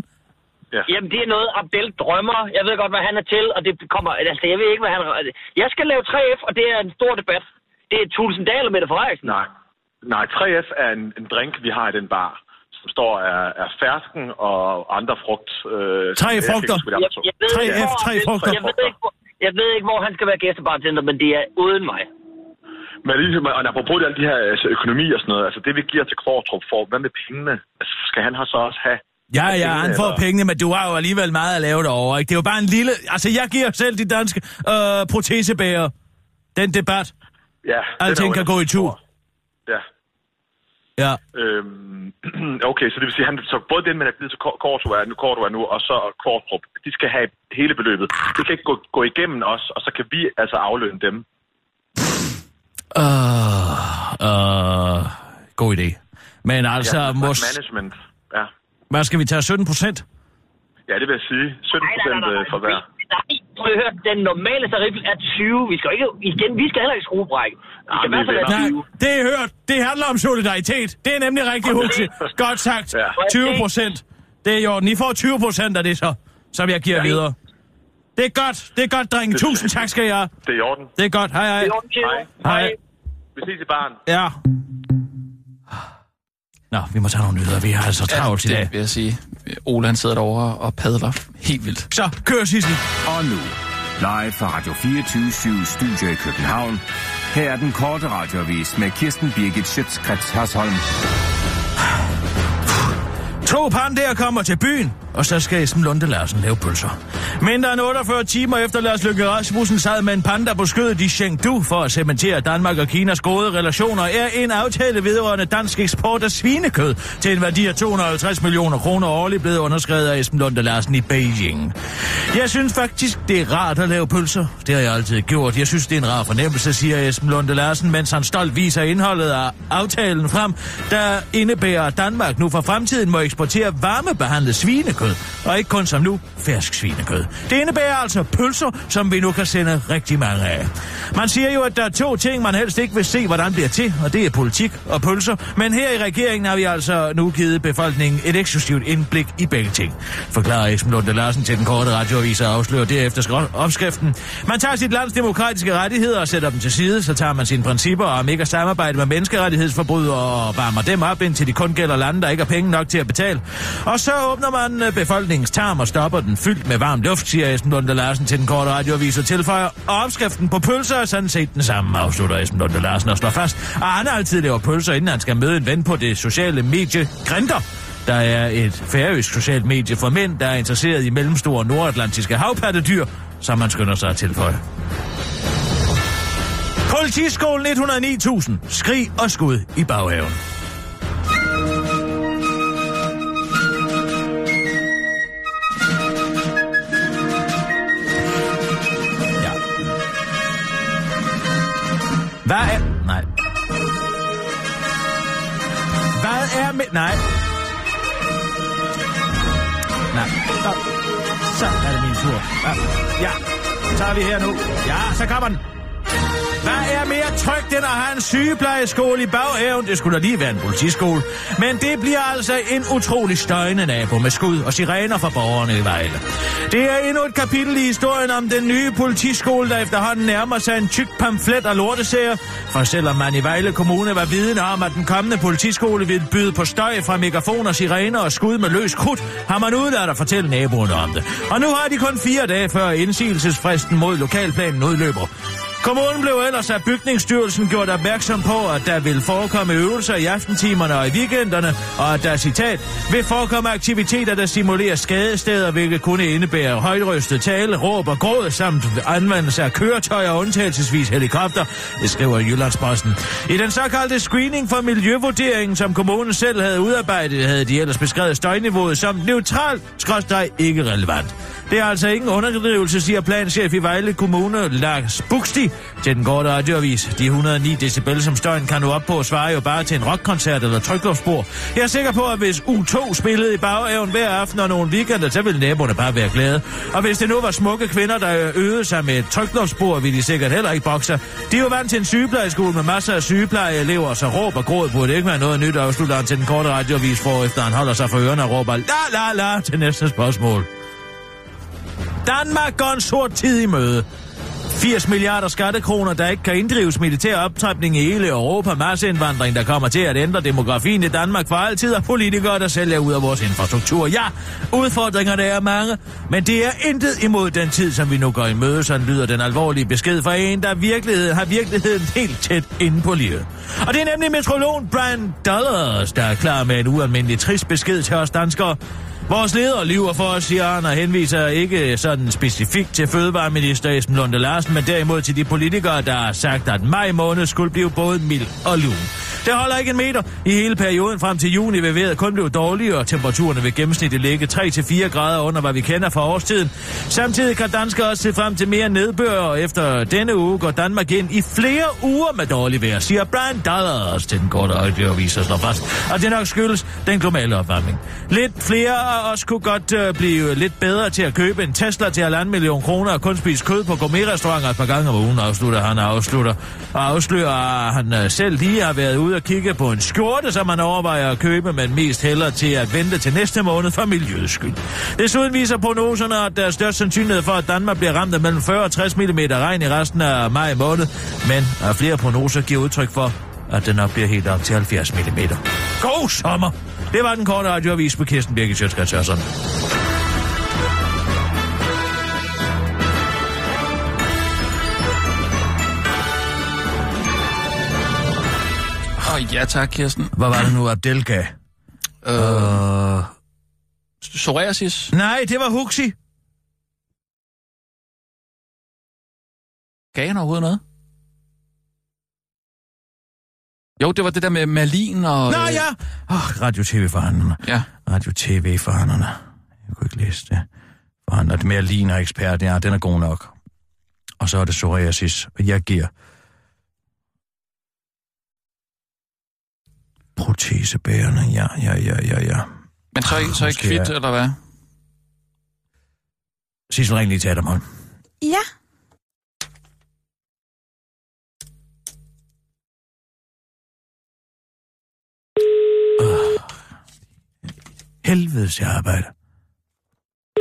S8: Ja.
S9: Jamen, det er noget, Abdel drømmer. Jeg ved godt, hvad han er til, og det kommer... Altså, jeg ved ikke, hvad han... Jeg skal lave 3F, og det er en stor debat. Det er Tulsendal og Mette Frederiksen.
S8: Nej. Nej, 3F er en, en drink, vi har i den bar, som står af, af fersken og andre frugt. Øh,
S5: Tre
S8: jeg kan
S5: frugter.
S8: ikke huske, hvad de andre to-
S9: Jeg, jeg ved ikke,
S5: 3F,
S9: hvor-
S5: tre frugter.
S9: Jeg ved, ikke, hvor, jeg ved ikke, hvor han skal være gæstebartender, men det er uden mig.
S8: Men ligesom, og apropos det, alle de her altså, økonomi og sådan noget, altså det vi giver til Kvartrup for, hvad med pengene? Altså, skal han her så også have?
S5: Ja, ja, han får
S8: eller-
S5: pengene, men du har jo alligevel meget at lave derovre, ikke? Det er jo bare en lille... Altså, jeg giver selv de danske øh, protesebæger den debat.
S8: Ja, den er
S5: Alting
S8: jo-
S5: kan gå i tur.
S8: Ja.
S5: Ja.
S8: Øhm, okay, så det vil sige, han, så både den, man har givet til Kor- Kortua nu, Kortua nu, og så Kortrup, de skal have hele beløbet. Det kan ikke gå, gå igennem os, og så kan vi altså aflønne dem.
S5: Øh, øh, god idé. Men altså, ja,
S8: man-
S5: mos,
S8: Management, ja.
S5: hvad skal vi tage? 17 procent?
S8: Ja, det vil jeg sige. 17 procent øh, for hver.
S9: Nej, prøv lige at høre, den normale tarif er 20. Vi skal jo ikke, igen, vi skal heller ikke skrue brække. Vi skal i
S8: men
S9: hvert fald
S8: det er
S5: Nej,
S9: have 20.
S5: det er hørt. Det handler om solidaritet. Det er nemlig rigtig hugtigt. Godt sagt.
S8: Ja.
S5: 20 procent. Det er i orden. I får 20 procent af det så, som jeg giver videre. Det er godt. Det er godt, drenge. Tusind tak skal jeg.
S8: Det er i orden.
S5: Det er godt. Hej, hej.
S9: Jo, Theo.
S8: Hej.
S5: Hej.
S8: Vi ses i barn.
S5: Ja. Nå, vi må tage nogle nyheder. Vi har altså travlt i dag.
S4: Det vil jeg sige. Ole han sidder derovre og padler helt vildt.
S5: Så, kør Sissel.
S10: Og nu, live fra Radio 24 Studio i København. Her er den korte radiovis med Kirsten Birgit Schøtzgrads Hasholm.
S5: To pandaer kommer til byen, og så skal Esben Lunde Larsen lave pølser. Mindre end 48 timer efter Lars Løkke Rasmussen sad med en panda på skødet i Chengdu for at cementere Danmark og Kinas gode relationer, er en aftale vedrørende dansk eksport af svinekød til en værdi af 250 millioner kroner årligt blevet underskrevet af Esben Lunde Larsen i Beijing. Jeg synes faktisk, det er rart at lave pølser. Det har jeg altid gjort. Jeg synes, det er en rar fornemmelse, siger Esben Lunde Larsen, mens han stolt viser indholdet af aftalen frem, der indebærer, at Danmark nu for fremtiden må eksportere varmebehandlet svinekød, og ikke kun som nu, fersk svinekød. Det indebærer altså pølser, som vi nu kan sende rigtig mange af. Man siger jo, at der er to ting, man helst ikke vil se, hvordan bliver til, og det er politik og pølser, men her i regeringen har vi altså nu givet befolkningen et eksklusivt indblik i begge ting, forklarer Esben Lunde Larsen til den korte radioavis og afslører derefter skro- opskriften. Man tager sit lands demokratiske rettigheder og sætter dem til side, så tager man sine principper om ikke at samarbejde med menneskerettighedsforbrydere og varmer dem op, indtil de kun gælder lande, der ikke har penge nok til at betale. Og så åbner man øh, befolkningens tarm og stopper den fyldt med varm luft, siger Esben Lunde Larsen til den korte radioavis og tilføjer. Og opskriften på pølser er sådan set den samme, afslutter Esben Lunde Larsen og slår fast. Og han altid laver pølser, inden han skal møde en ven på det sociale medie Grinder. Der er et færøsk socialt medie for mænd, der er interesseret i mellemstore nordatlantiske havpattedyr, som man skynder sig at tilføje. Politiskolen 109.000. Skrig og skud i baghaven. Ja. Hvad er... Nej. Hvad er med... Nej. Nej. Stop. Så er det min tur. Ja. ja, så er vi her nu. Ja, så kommer den. Hvad er mere trygt end at have en sygeplejeskole i baghaven? Det skulle da lige være en politiskole. Men det bliver altså en utrolig støjende nabo med skud og sirener fra borgerne i Vejle. Det er endnu et kapitel i historien om den nye politiskole, der efterhånden nærmer sig en tyk pamflet og lortesager. For selvom man i Vejle Kommune var viden om, at den kommende politiskole ville byde på støj fra megafoner, sirener og skud med løs krudt, har man udladt at fortælle naboerne om det. Og nu har de kun fire dage før indsigelsesfristen mod lokalplanen udløber. Kommunen blev ellers af Bygningsstyrelsen gjort opmærksom på, at der vil forekomme øvelser i aftentimerne og i weekenderne, og at der, citat, vil forekomme aktiviteter, der simulerer skadesteder, hvilket kunne indebære højrøstet tale, råb og gråd, samt anvendelse af køretøjer og undtagelsesvis helikopter, det skriver Jyllandsposten. I den såkaldte screening for miljøvurderingen, som kommunen selv havde udarbejdet, havde de ellers beskrevet støjniveauet som neutralt, skråstrej ikke relevant. Det er altså ingen underdrivelse, siger planchef i Vejle Kommune, Lars Buxti, til den korte radioavis. De 109 decibel, som støjen kan nå op på, svarer jo bare til en rockkoncert eller trykluftspor. Jeg er sikker på, at hvis U2 spillede i baghaven hver aften og nogle weekender, så ville naboerne bare være glade. Og hvis det nu var smukke kvinder, der øvede sig med et trykluftspor, ville de sikkert heller ikke bokse. De er jo vant til en sygeplejeskole med masser af sygeplejeelever, så råb og gråd burde ikke være noget nyt, afslutter han til den korte radioavis, for efter han holder sig for ørerne og råber la la la til næste spørgsmål. Danmark går en sort tid i møde. 80 milliarder skattekroner, der ikke kan inddrives militær optrapning i hele Europa, masseindvandring, der kommer til at ændre demografien i Danmark for altid, og politikere, der sælger ud af vores infrastruktur. Ja, udfordringerne er mange, men det er intet imod den tid, som vi nu går i møde, sådan lyder den alvorlige besked fra en, der virkelighed, har virkeligheden helt tæt inde på livet. Og det er nemlig metrologen Brian Dollars, der er klar med en ualmindelig trist besked til os danskere. Vores leder lyver for os, siger han, og henviser ikke sådan specifikt til fødevareminister Esben Lunde Larsen, men derimod til de politikere, der har sagt, at maj måned skulle blive både mild og lun. Det holder ikke en meter. I hele perioden frem til juni vil vejret kun blive dårligere, og temperaturerne vil gennemsnitligt ligge 3-4 grader under, hvad vi kender fra årstiden. Samtidig kan danskere også se frem til mere nedbør, og efter denne uge går Danmark ind i flere uger med dårlig vejr, siger Brian Dollars til den korte øjeblikkeavis og slår fast. Og det nok skyldes den globale opvarmning. Lidt flere af os kunne godt øh, blive lidt bedre til at købe en Tesla til 1,5 million kroner og kun spise kød på gourmetrestauranter et par gange om ugen, afslutter han og afslutter. Og afslører, at han øh, selv lige har været ude og kigge på en skjorte, som han overvejer at købe, men mest heller til at vente til næste måned for miljøets skyld. Desuden viser prognoserne, at der er størst sandsynlighed for, at Danmark bliver ramt af mellem 40 og 60 mm regn i resten af maj måned, men at flere prognoser giver udtryk for, at den nok bliver helt op til 70 mm. God sommer! Det var den korte radioavis på Kirsten Birgit Sjøtskrets Hørsson.
S4: Åh, oh, ja tak, Kirsten.
S5: Hvad var det nu, Abdel gav?
S4: Øh... Psoriasis
S5: Nej, det var Huxi.
S4: gav han overhovedet noget? Jo, det var det der med Malin og...
S5: Nå
S4: øh,
S5: Ah, ja! Åh, radio-tv-forhandlerne.
S4: Ja.
S5: Radio-tv-forhandlerne. Jeg kunne ikke læse det. Forhandler det mere ligner ekspert. Ja, den er god nok. Og så er det psoriasis. Og jeg giver... Protesebærende. Ja, ja, ja, ja, ja.
S4: Men så er I, så er I
S5: Måske
S4: kvidt,
S5: er-
S4: eller hvad?
S5: Sissel, ring lige til Adam Holm.
S7: Ja.
S5: Helvedes, jeg arbejder.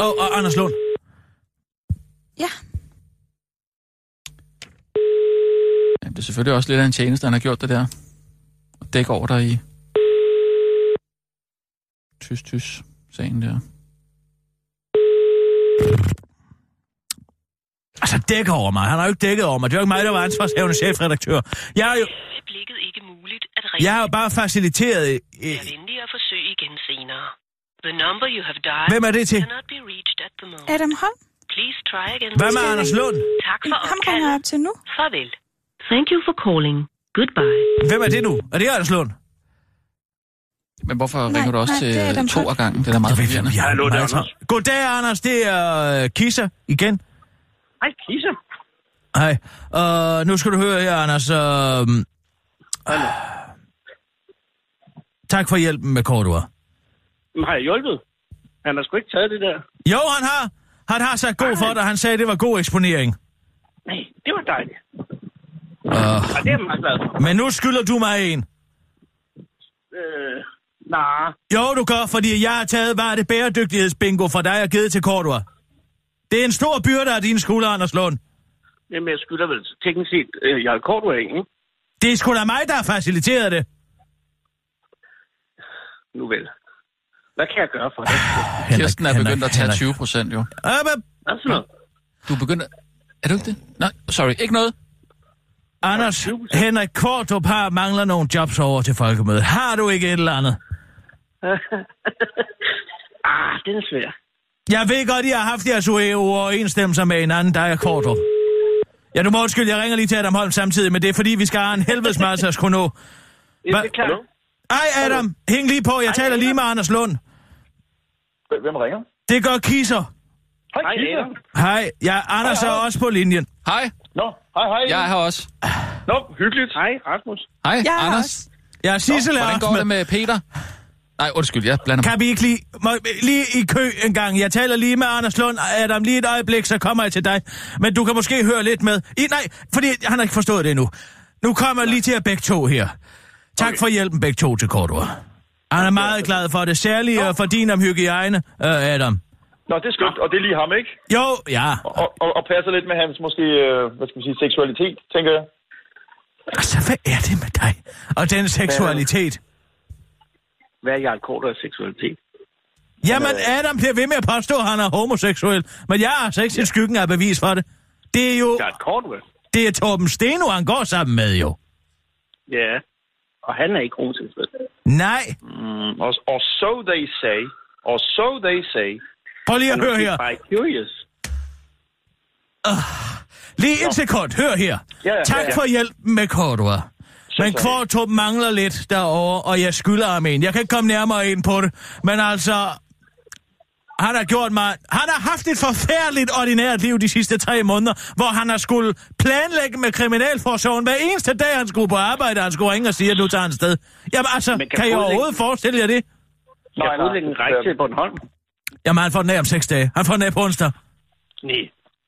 S5: Åh, oh, og Anders Lund.
S7: Ja.
S4: Jamen, det er selvfølgelig også lidt af en tjeneste, han har gjort det der. Og dæk over dig i... Tys, tys. Sagen der.
S5: Altså, dækker over mig. Han har jo ikke dækket over mig. Det var ikke mig, der var ansvarshævende chefredaktør. Jeg er jo,
S11: øjeblikket ikke muligt at
S5: jeg er jo bare faciliteret.
S9: Øh.
S5: i-
S11: Vær venlig at forsøge igen senere. The number you have dialed
S5: Hvem er det til?
S11: cannot be reached at the moment.
S7: Adam Holm,
S11: Please try again.
S5: Hvad med Anders Lund?
S11: Tak for
S7: ham ringer jeg
S11: opkaldet.
S7: op til nu.
S11: Farvel. Thank you for calling. Goodbye.
S5: Hvem er det nu? Er det Anders Lund?
S4: Men hvorfor nej,
S7: Nej,
S4: ringer du også
S7: nej, det er
S4: nej, til
S7: Adam
S4: to
S7: Koch.
S4: af gangen? Det er da meget forvirrende.
S5: Ja,
S8: Hallo, det er Anders.
S5: Goddag, Anders. Det er uh, Kisser igen.
S9: Hej, Kisser.
S5: Hej. Uh, nu skal du høre her, Anders. Uh, tak for hjælpen med kortord.
S9: Men har jeg hjulpet? Han har sgu ikke taget det der.
S5: Jo, han har. Han har sagt god for dig. Han sagde, det var god eksponering.
S9: Nej, det var dejligt.
S5: Uh,
S9: Og det er jeg meget glad for.
S5: men nu skylder du mig en.
S9: Øh, nej,
S5: Jo, du gør, fordi jeg har taget bare det bæredygtighedsbingo fra dig og givet til Cordua. Det er en stor byrde af dine skuldre, Anders Lund.
S9: jamen jeg skylder vel teknisk set øh, Jarl Kortua, ikke?
S5: Det er sgu da mig, der har faciliteret det.
S9: Nu vel. Hvad kan jeg gøre for det?
S4: Kirsten er begyndt at tage 20 procent, jo.
S5: Øppe,
S9: Hvad så noget?
S4: Du begynder... Er du ikke det? Nej, sorry, ikke noget.
S5: Anders, Henrik Kvartrup har mangler nogle jobs over til folkemødet. Har du ikke et eller andet?
S9: ah, den er svær.
S5: Jeg ved godt, I har haft jeres uenigheder med hinanden, der er Kvartrup. Ja, du må undskylde, jeg ringer lige til Adam Holm samtidig, men det er fordi, vi skal have en helvedes masse at skulle nå.
S9: Er
S5: Hva-
S9: det klart?
S5: Ej, Adam, hæng lige på, jeg taler lige med Anders Lund.
S8: Hvem ringer?
S5: Det gør kisser.
S9: Hej, Kisser.
S5: Hej, ja, Anders er også på linjen.
S4: Hej,
S8: Nå, hej, hej.
S4: jeg er her også.
S8: Nå, hyggeligt.
S9: Hej, Rasmus.
S4: Hej,
S7: Jeg er
S4: Anders.
S7: også.
S5: Ja, Sissel er
S4: Hvordan går
S5: også
S4: det
S5: med.
S4: med Peter? Nej, undskyld, jeg blander mig.
S5: Kan vi ikke lige, må, lige i kø en gang? Jeg taler lige med Anders Lund. Adam, lige et øjeblik, så kommer jeg til dig. Men du kan måske høre lidt med. I, nej, fordi han har ikke forstået det endnu. Nu kommer jeg lige til jer begge to her. Tak okay. for hjælpen begge to til Cordua. Han er meget glad for det, særligt øh, for din om hygiejne, øh, Adam.
S12: Nå, det er skønt, og det er lige ham, ikke?
S5: Jo, ja.
S12: Og, og, og passer lidt med hans, måske, øh, hvad skal vi sige, seksualitet, tænker jeg.
S5: Altså, hvad er det med dig? Og den seksualitet?
S11: Hvad er Jarl Korters seksualitet?
S5: Jamen, Adam bliver ved med at påstå, at han er homoseksuel, men jeg har altså ikke set skyggen af bevis for det. Det er jo...
S11: Jarl Korters?
S5: Det er Torben Steno, han går sammen med, jo.
S11: Ja, og han er ikke homoseksuel.
S5: Nej.
S12: Mm, og, og so they say, og so they say...
S5: Prøv lige at høre her.
S11: curious.
S5: Uh, lige et sekund, hør her.
S11: Ja, ja,
S5: tak
S11: ja, ja.
S5: for hjælpen med Cordua. Men
S11: tak.
S5: Kvartrup mangler lidt derovre, og jeg skylder ham en. Jeg kan ikke komme nærmere ind på det, men altså... Han har gjort mig... Han har haft et forfærdeligt ordinært liv de sidste tre måneder, hvor han har skulle planlægge med kriminalforsorgen hver eneste dag, han skulle på arbejde, han skulle ringe og sige, at nu tager han sted. Jamen altså, kan,
S11: Men kan
S5: kan I
S11: Fodlæg-
S5: overhovedet forestille jer det?
S11: Jeg kan udlægge en række til Bornholm.
S5: Jamen, han får den af om seks dage. Han får den af på onsdag.
S11: Nej.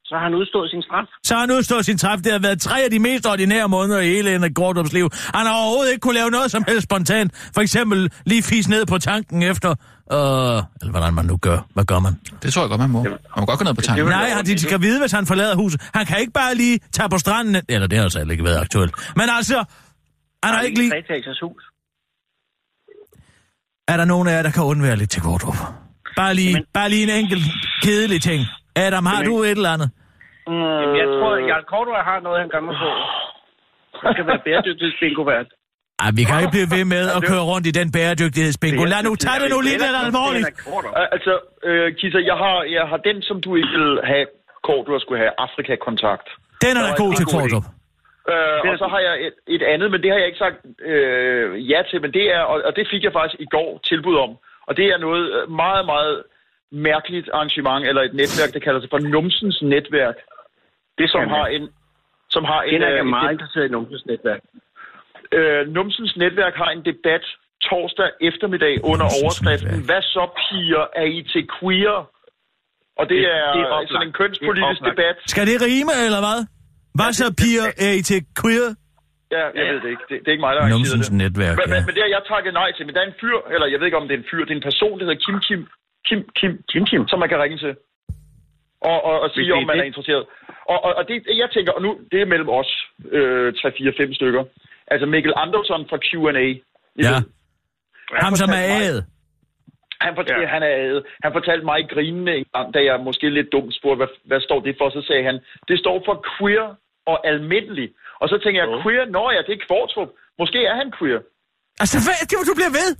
S11: Så har han udstået sin straf.
S5: Så har han udstået sin træf. Det har været tre af de mest ordinære måneder i hele Henrik Gordups liv. Han har overhovedet ikke kunne lave noget som helst spontant. For eksempel lige fis ned på tanken efter... Øh, eller hvordan man nu gør. Hvad gør man?
S4: Det tror jeg godt, man må. Man må godt gå ned på tanken.
S5: Nej, han, de skal vide, hvis han forlader huset. Han kan ikke bare lige tage på stranden... Eller det har altså heller ikke været aktuelt. Men altså... Han har ikke lige...
S11: Treetagers hus.
S5: Er der nogen af jer, der kan undvære lidt til Gordup? Bare lige, bare lige en enkelt kedelig ting. Adam, har du et eller andet?
S11: Jamen, jeg tror, at Jarl Kortøj har noget, han gør mig på. Det Øh. skal være bæredygtighedsbingo-vært.
S5: Ej, vi kan ikke blive ved med at køre rundt i den bæredygtighedsbingo. Lad nu, tag det nu lige lidt alvorligt.
S12: Øh, Altså, øh, Kisser, jeg har, jeg har den, som du ikke vil have, kort, du skulle have, Afrika-kontakt.
S5: Den er da god til Kvartrup.
S12: Øh, og så har jeg et, et andet, men det har jeg ikke sagt øh, ja til, men det er, og, og det fik jeg faktisk i går tilbud om. Og det er noget øh, meget, meget mærkeligt arrangement, eller et netværk, der kalder sig for Numsens Netværk. Det, som
S11: Jamen.
S12: har en... Som har en,
S11: Kender
S12: øh,
S11: jeg
S12: en-
S11: meget interesseret i Numsens netværk.
S12: Øh, Numsens netværk har en debat torsdag eftermiddag under overskriften Hvad så piger er I til queer? Og det,
S5: Det-
S12: er,
S5: det
S12: det
S5: er
S12: er
S5: oplagt.
S12: sådan en
S5: Det er
S12: kønspolitisk
S5: oplagt.
S12: debat.
S5: Skal det rime, eller hvad? Hvad så, piger, er I til queer?
S12: Ja, jeg ved det ikke. Det, det er ikke mig, der har arrangeret
S5: Numsens
S12: det.
S5: netværk,
S12: men,
S5: ja.
S12: men, men det har jeg takket nej til. Men der er en fyr, eller jeg ved ikke, om det er en fyr, det er en person, der hedder Kim Kim, Kim, Kim, Kim, Kim som man kan ringe til. Og, og, og sige,
S11: det er
S12: om man
S11: det.
S12: er interesseret. Og, og, og det, jeg tænker, og nu, det er mellem os, øh, 3, 4, 5 stykker. Altså Mikkel Andersson fra Q&A. I
S5: Ja.
S12: ved. Han
S5: Ham, som er
S12: fortalte mig-
S5: æget.
S12: han fortalte, ja. han, er, han fortalte mig grinende en gang, da jeg måske lidt dumt spurgte, hvad, hvad står det for? Så sagde han, det står for queer og almindelig. Og så tænker jeg, queer, når jeg, det er Kvartrup. Måske er han queer.
S5: Altså, hvad er det, du bliver ved?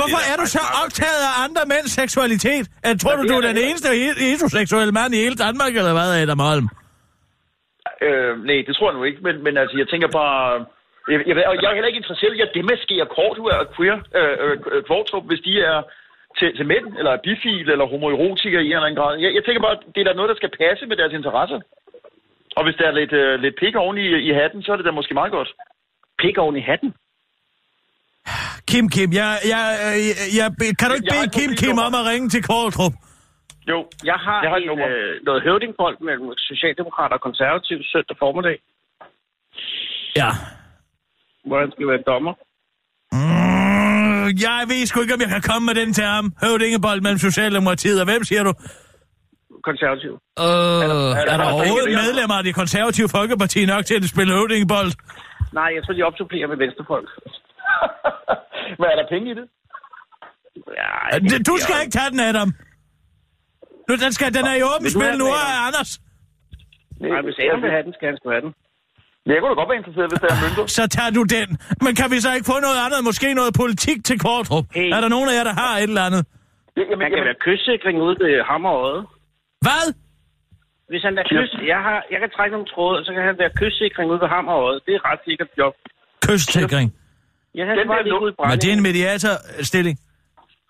S5: Hvorfor er du så optaget af andre mænds seksualitet? Jeg tror du, du er den eneste he- heteroseksuelle mand i hele Danmark, eller hvad, Adam Holm?
S12: Øh, nej, det tror jeg nu ikke, men, men altså, jeg tænker bare... Jeg, jeg, ved- og jeg er heller ikke interesseret i at demaskerer Kortua og queer, øh, øh, Kvartrup, hvis de er til, til mænd, eller er bifil, eller homoerotikere i en eller anden grad. Jeg, jeg tænker bare, det er da noget, der skal passe med deres interesser. Og hvis der er lidt, øh, lidt pik oven i, i hatten, så er det da måske meget godt.
S11: Pik oven i hatten?
S5: Kim Kim, jeg, jeg, jeg, jeg, kan du ikke
S11: Jeg har
S5: bede
S11: et
S5: Kim Kim om at ringe til Kvartrup?
S12: Jo,
S11: jeg har, jeg har en, øh, noget høvdingbold mellem Socialdemokrater og Konservative søndag formiddag,
S5: Ja.
S11: hvor han skal være dommer.
S5: Mm, jeg ved sgu ikke, om jeg kan komme med den til ham. Høvdingebold mellem Socialdemokratiet og hvem, siger du?
S11: Konservative.
S5: Øh, er der overhovedet medlemmer af det konservative folkeparti nok til at spille høvdingebold?
S11: Nej, jeg tror, de opsupplerer med venstrefolk.
S12: Hvad er der penge i det?
S11: Ja,
S5: Øh, Du skal ikke tage den, Adam. Nu, den, skal, den er i åbent
S11: Vil du
S5: spil
S11: have
S5: nu,
S11: den,
S5: og
S11: Adam?
S5: Anders.
S11: Nej, hvis Adam vil have den, skal han sgu have den.
S12: Jeg kunne da godt være interesseret, hvis der er mønter.
S5: Så tager du den. Men kan vi så ikke få noget andet? Måske noget politik til Kortrup? Hey. Er der nogen af jer, der har et eller andet?
S11: Han kan være kystsikring ude ved Hammerøde.
S5: Hvad?
S11: Hvis han er kyst, jeg, har, jeg kan trække nogle tråde, og så kan han være kystsikring ude ved Hammerøde. Det er et ret sikkert job.
S5: Kystsikring.
S11: Jeg kan bare lige ud i
S5: Men det er en
S11: brændingen.
S5: mediatorstilling.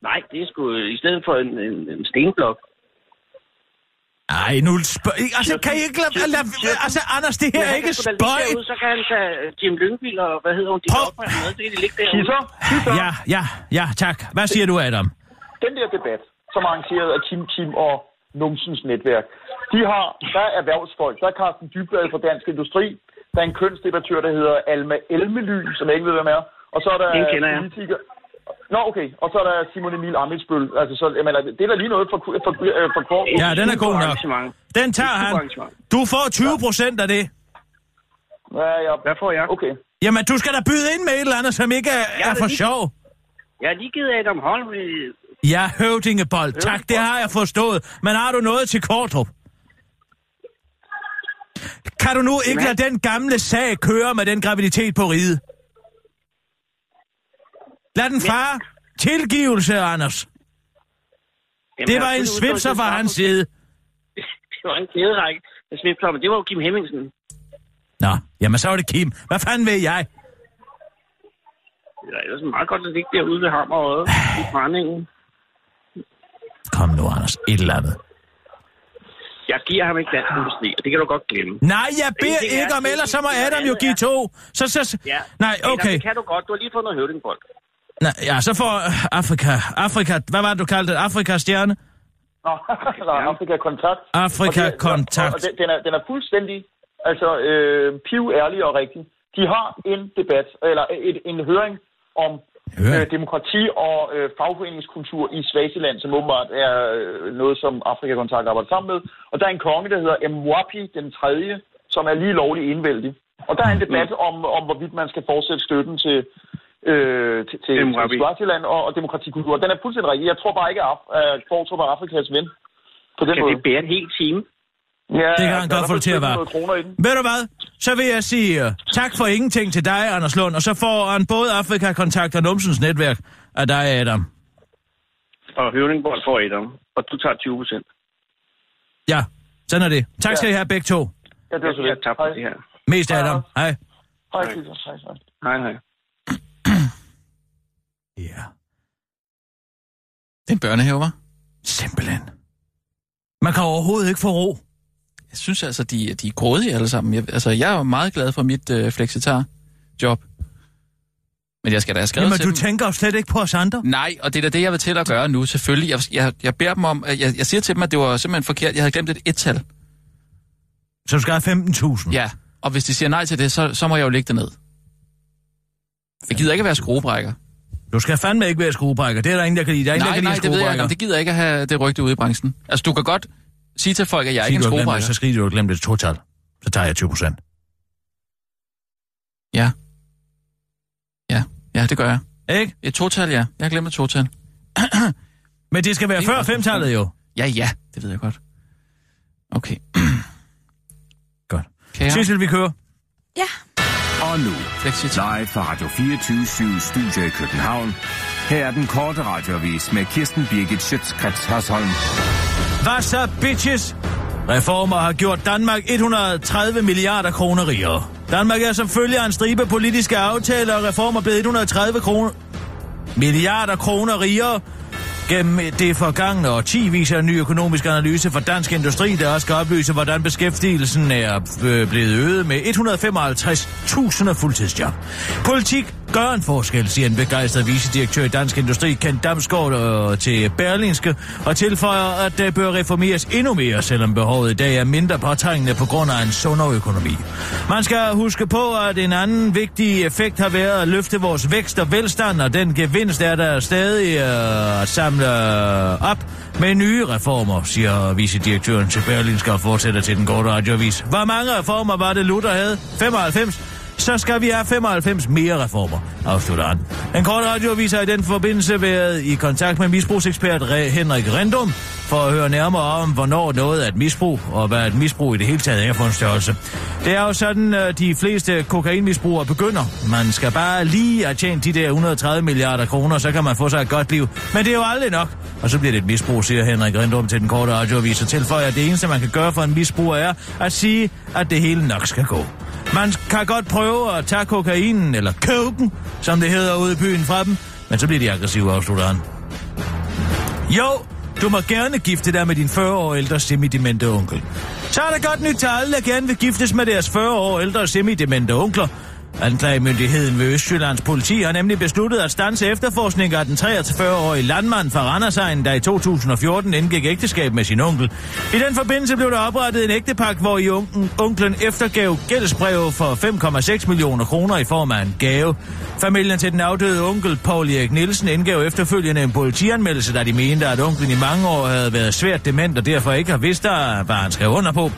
S11: Nej, det er sgu øh, i stedet for en, en, en stenblok.
S5: Ej, nu spørg... Altså, kan I ikke lade... lade altså, Anders, det her
S11: Men
S5: er
S11: han
S5: ikke
S11: kan sgu da lige
S5: spøj.
S11: derud, Så kan han tage øh, Jim Lyngvild og hvad hedder hun, de Prøv. med. Det kan de ligge derude.
S5: Ja, ja, ja, tak. Hvad siger du, Adam?
S12: Den der debat, som er arrangeret af Kim Kim og Numsens netværk, de har, der er erhvervsfolk, der er Carsten Dybblad fra Dansk Industri, der er en kønsdebattør, der hedder Alma Elmely, som jeg ikke ved, hvem er, og så er der
S8: øh,
S11: Den kender jeg.
S12: politiker, Nå, okay. Og så er der Simon Emil Amitsbøl. Altså, så, jamen, det er da lige noget for, for, øh, for, for
S5: Ja, den er god nok. Den tager han. Du får 20 procent af det.
S12: Ja, ja. Hvad får jeg? Okay.
S5: Jamen, du skal da byde ind med et eller andet, som ikke er,
S13: Jeg
S5: er
S13: har
S5: for
S13: lige-
S5: sjov.
S13: Jeg har lige givet Adam Holm i...
S11: øh,
S5: Ja, høvdingebold. Tak, det har jeg forstået. Men har du noget til Kortrup? Kan du nu ikke lade den gamle sag køre med den graviditet på ride? Lad den fare. Tilgivelse, Anders.
S13: Jamen,
S5: Det
S13: jeg
S5: var
S13: har
S5: en
S13: fuldt
S5: svipser
S13: udtrykt
S5: fra
S13: det
S5: hans
S13: samme.
S5: side.
S13: Det var en kæderække af svipser, men det var jo Kim Hemmingsen.
S5: Nå, jamen så var det Kim. Hvad fanden ved jeg?
S13: Det er ellers meget godt, at det ikke derude ved Hammerøde i brændingen.
S5: Kom nu, Anders. Et eller andet.
S13: Jeg giver ham ikke dansk industri, og det kan du godt glemme.
S5: Nej, jeg beder
S13: En ting er,
S5: ikke om,
S13: det er
S5: ellers så
S13: en
S5: må
S13: ting, noget
S5: Adam jo
S13: andet
S5: give
S13: er-
S5: to. Så, så, så.
S13: Ja.
S5: Nej,
S13: Adam,
S5: okay.
S13: Det kan du godt. Du har lige fået noget høvdingbold.
S5: Nej, ja, så får øh, Afrika, Afrika, hvad var det, du kaldte det? Afrika stjerne?
S12: Nå, nej, Afrika Kontakt.
S5: Afrika
S12: Og det-
S5: Kontakt.
S12: Og den, den, er, den er fuldstændig altså, øh, piv ærlig og rigtig. De har en debat, eller et, en høring om øh, demokrati og øh, fagforeningskultur i Swaziland, som åbenbart er øh, noget, som Afrika Kontakt arbejder sammen med. Og der er en konge, der hedder Mwapi den tredje, som er lige lovlig indvældig. Og der er
S5: Mm.
S12: en debat om, om hvorvidt man skal fortsætte støtten til, øh, til, til,
S13: Til
S12: til
S13: Mugabe.
S12: Swaziland og, og demokratikultur. Den er fuldstændig rigtig. Jeg tror bare ikke, at Af- at Kvartrup er Afrikas ven. På den
S13: Kan
S12: måde.
S13: det bære en hel time?
S12: Ja, altså,
S5: Det kan han godt få det til at være. Ved du hvad? Så vil jeg sige uh, tak for ingenting til dig, Anders Lund, og så får han både Afrika-kontakt og Numsens netværk af dig, Adam.
S13: Og høvdingbold får Adam. Og du tager 20 procent.
S5: Ja, sådan er det. Tak skal I have begge to.
S12: Ja, det
S13: er så lidt. Jeg tager på det her.
S5: Mest Adam. Hej.
S12: Hej, Peter.
S13: Hej,
S12: Hej, hej.
S13: hej.
S5: Ja.
S4: Det er en børnehave, var.
S5: Simpelthen. Man kan overhovedet ikke få ro.
S4: Jeg synes altså, de, de er grådige alle sammen. Jeg, altså, jeg er jo meget glad for mit øh, flexitar-job. Men jeg skal da have skrevet
S5: Jamen,
S4: til
S5: du
S4: dem.
S5: tænker jo slet ikke på os andre.
S4: Nej, og det er da det, jeg vil til at gøre nu, selvfølgelig. Jeg, jeg, jeg beder dem om, jeg, jeg siger til dem, at det var simpelthen forkert. Jeg havde glemt et et-tal.
S5: Så du skal have 15.000.
S4: Ja, og hvis de siger nej til det, så, så må jeg jo lægge det ned. Jeg gider ikke at være skruebrækker.
S5: Du skal fandme ikke være skruebrækker. Det er der ingen, der kan lide. Der er ingen,
S4: nej,
S5: der kan
S4: nej,
S5: lide
S4: det ved jeg ikke,
S5: skruebrækker.
S4: om det gider jeg ikke at have det rygte ude i branchen. Altså, du kan godt sige til folk, at jeg er
S5: Sig,
S4: ikke en
S5: du har glemt det,
S4: skruebrækker.
S5: Så skriver du, at du har glemt det total. Så tager jeg 20 procent.
S4: Ja. Ja, ja, det gør jeg.
S5: Ikke?
S4: Et total, ja. Jeg har glemt et total.
S5: Men det skal være før femtallet jo.
S4: Ja, ja, det ved jeg godt. Okay.
S5: godt.
S4: Kære.
S5: Sissel, vi kører.
S10: Og nu,
S4: live
S10: fra Radio 24 Studio i København. Her er den korte radiovis med Kirsten Birgit Schøtzgrads Hasholm.
S5: Hvad så, bitches? Reformer har gjort Danmark 130 milliarder kroner rigere. Danmark er som følge af en stribe politiske aftaler og reformer blevet 130 kroner milliarder kroner rigere gennem det forgangne årti, viser en ny økonomisk analyse fra Dansk Industri, der også skal oplyse, hvordan beskæftigelsen er øh, blevet øget med 155.000 fuldtidsjob. Politik gør en forskel, siger en begejstret vicedirektør i Dansk Industri, Kent Damsgaard, øh, til Berlingske, og tilføjer, at der bør reformeres endnu mere, selvom behovet i dag er mindre påtrængende på grund af en sundere økonomi. Man skal huske på, at en anden vigtig effekt har været at løfte vores vækst og velstand, og den gevinst er der stadig øh, at samle øh, op med nye reformer, siger vicedirektøren til Berlinske og fortsætter til den korte radiovis. Hvor mange reformer var det, Luther havde? 95? Så skal vi have 95 mere reformer, afslutter han. Den korte radioavis har i den forbindelse været i kontakt med misbrugsekspert Re- Henrik Rendum for at høre nærmere om, hvornår noget er et misbrug, og hvad et misbrug i det hele taget er for en størrelse. Det er jo sådan, at de fleste kokainmisbrugere begynder. Man skal bare lige have tjent de der 130 milliarder kroner, så kan man få sig et godt liv. Men det er jo aldrig nok. Og så bliver det et misbrug, siger Henrik Rendum til den korte radioavis, og tilføjer, at det eneste, man kan gøre for en misbruger, er at sige, at det hele nok skal gå. Man kan godt prøve at tage kokainen, eller koken, som det hedder ude i byen fra dem, men så bliver de aggressive, afslutter han. Jo, du må gerne gifte dig med din 40 år ældre semidemente onkel. Så er der godt nyt til alle, der gerne vil giftes med deres 40 år ældre semidemente onkler. Anklagemyndigheden ved Østjyllands politi har nemlig besluttet at stanse efterforskning af den 43-årige landmand fra Randersegn, der i 2014 indgik ægteskab med sin onkel. I den forbindelse blev der oprettet en ægtepagt, hvor i onklen, onklen eftergav gældsbreve for 5,6 millioner kroner i form af en gave. Familien til den afdøde onkel, Paul Erik Nielsen, indgav efterfølgende en politianmeldelse, da de mente, at onklen i mange år havde været svært dement og derfor ikke har vidst, hvad han skrev under på.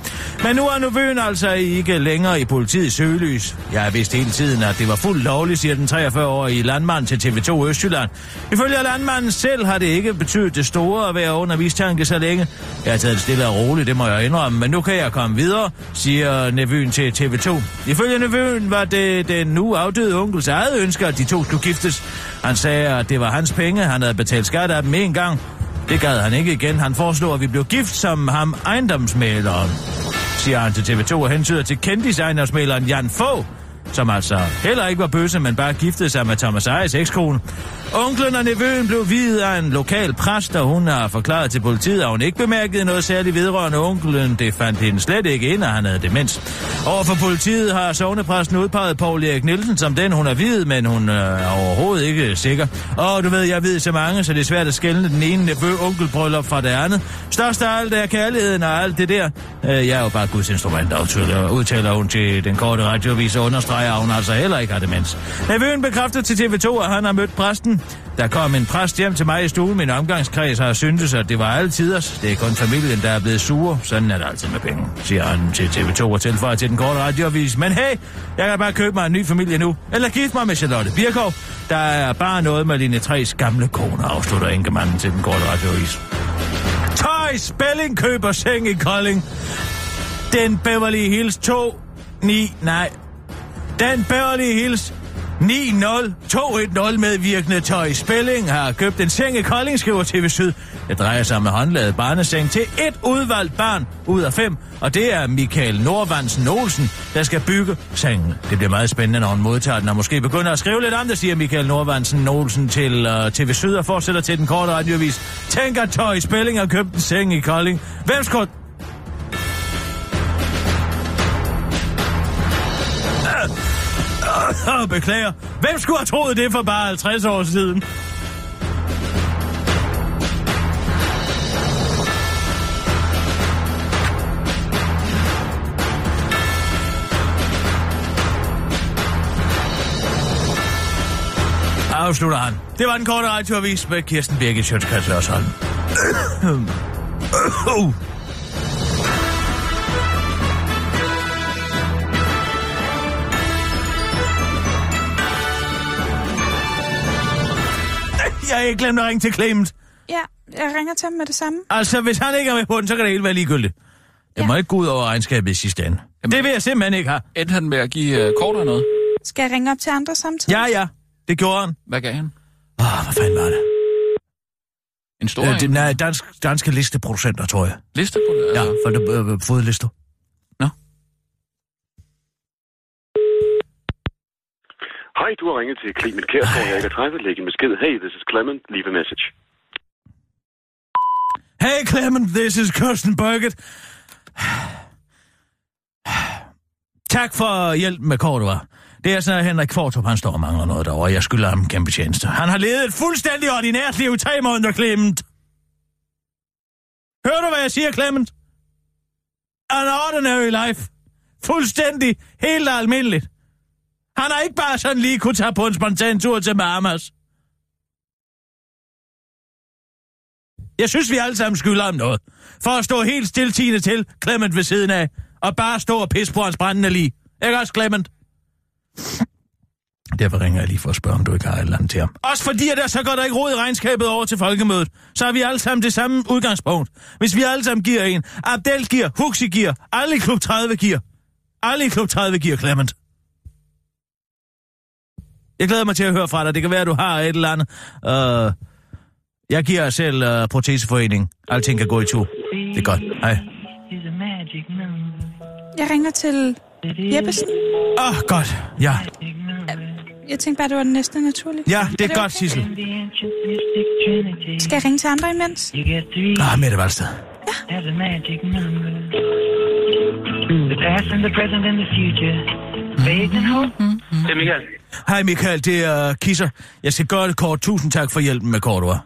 S5: Men nu er nevøen altså ikke længere i politiets søgelys. Jeg har vidst hele tiden, at det var fuldt lovligt, siger den 43-årige landmand til TV2 Østjylland. Ifølge landmanden selv har det ikke betydet det store at være under mistanke så længe. Jeg har taget det stille og roligt, det må jeg indrømme, men nu kan jeg komme videre, siger nevøen til TV2. Ifølge nevøen var det den nu afdøde onkels eget ønske, at de to skulle giftes. Han sagde, at det var hans penge, han havde betalt skat af dem en gang. Det gad han ikke igen. Han foreslår, at vi blev gift som ham ejendomsmæleren, siger han til TV2 og hentyder til kendis ejendomsmæleren Jan Fogh, som altså heller ikke var bøsse, men bare giftede sig med Thomas Ejes ekskone. Onklen og nevøen blev videt af en lokal præst, og hun har forklaret til politiet, at hun ikke bemærkede noget særligt vedrørende onklen. Det fandt hende slet ikke ind, og han havde demens. Overfor politiet har sovnepræsten udpeget Paul Erik Nielsen som den, hun er videt, men hun øh, er overhovedet ikke sikker. Og du ved, jeg ved så mange, så det er svært at skælne den ene nevø onkelbryllup fra det andet. Størst af alt er kærligheden og alt det der. Øh, jeg er jo bare Guds instrument, aftaler, udtaler hun til den korte radiovis og understreger, at hun altså heller ikke har demens. Nevøen bekræfter til TV2, at han har mødt præsten. Der kom en præst hjem til mig i stuen. Min omgangskreds har syntes, at det var alle tiders. Det er kun familien, der er blevet sure. Sådan er det altid med penge, siger han til TV2 og tilføjer til den korte radioavis. Men hey, jeg kan bare købe mig en ny familie nu. Eller gifte mig med Charlotte Birkov. Der er bare noget med Line 3's gamle kone, afslutter enkemanden til den korte radioavis. Tøj, spilling køber seng i Kolding. Den Beverly Hills 2, 9, nej. Den Beverly Hills 90210 medvirkende Tøj Spilling har købt en seng i Kolding, skriver TV Syd. Det drejer sig om håndlavet barneseng til et udvalgt barn ud af fem, og det er Michael Nordvandsen Olsen, der skal bygge sengen. Det bliver meget spændende, når hun modtager den, og måske begynder at skrive lidt om det, siger Michael Nordvandsen Olsen til uh, TV Syd og fortsætter til den korte radiovis. Tænk at Tøj Spilling har købt en seng i Kolding. Hvem skulle... Ah, Beklager. Hvem skulle have troet det for bare 50 år siden? Afslutter han. Det var den korte radioavis med Kirsten Birgit Sjøtskrets Lørsholm. jeg har ikke glemt at ringe til Clement.
S7: Ja, jeg ringer til ham med det samme.
S5: Altså, hvis han ikke er med på den, så kan det hele være ligegyldigt. Jeg ja. må ikke gå ud over regnskabet i sidste ende. Jamen, det vil jeg simpelthen ikke have.
S4: Endte han med at give uh, kort eller noget?
S7: Skal jeg ringe op til andre samtidig?
S5: Ja, ja. Det gjorde han.
S4: Hvad gav han?
S5: Åh, oh, hvad fanden var det?
S4: En stor øh,
S5: det, Nej, dansk, danske listeproducenter, tror jeg.
S4: Listeproducenter?
S5: Ja, for det, øh, fodlister.
S4: Nå.
S14: Hej, du har ringet til Clement Kjærsgaard. Jeg ikke er træffet. Læg en besked. Hey, this is Clement. Leave a message.
S5: Hey, Clement. This is Kirsten Birgit. Tak for hjælp med Cordova. Det er sådan, at Henrik Kvartrup, han står og mangler noget derovre. Jeg skylder ham en kæmpe tjeneste. Han har levet et fuldstændig ordinært liv i tre måneder, Clement. Hører du, hvad jeg siger, Clement? An ordinary life. Fuldstændig. Helt almindeligt. Han har ikke bare sådan lige kunne tage på en spontan tur til Bahamas. Jeg synes, vi alle sammen skylder ham noget. For at stå helt stiltigende til, Clement ved siden af, og bare stå og pisse på hans brændende lige. Ikke også, Clement? Derfor ringer jeg lige for at spørge, om du ikke har et eller andet til ham. Også fordi, at der så går der ikke råd i regnskabet over til folkemødet. Så har vi alle sammen det samme udgangspunkt. Hvis vi alle sammen giver en, Abdel giver, Huxi giver, alle i klub 30 giver. Alle i klub 30 giver, Clement. Jeg glæder mig til at høre fra dig. Det kan være, at du har et eller andet. Uh, jeg giver selv uh, proteseforening. Alting kan gå i to. Det er godt. Hej.
S7: Jeg ringer til Jeppesen.
S5: Åh, oh, godt. Ja.
S7: Jeg tænkte bare, det var den næste naturligt.
S5: Ja, det er, er det godt, okay? Sissel.
S7: Skal jeg ringe til andre imens?
S5: Nej, ah, Mette Valsted.
S7: Ja.
S13: Mm.
S7: The past and the present and the future. Vague and hope.
S13: Mm. Det er Michael.
S5: Hej Michael, det er øh, Kisser. Jeg skal gøre det kort. Tusind tak for hjælpen med kort, var.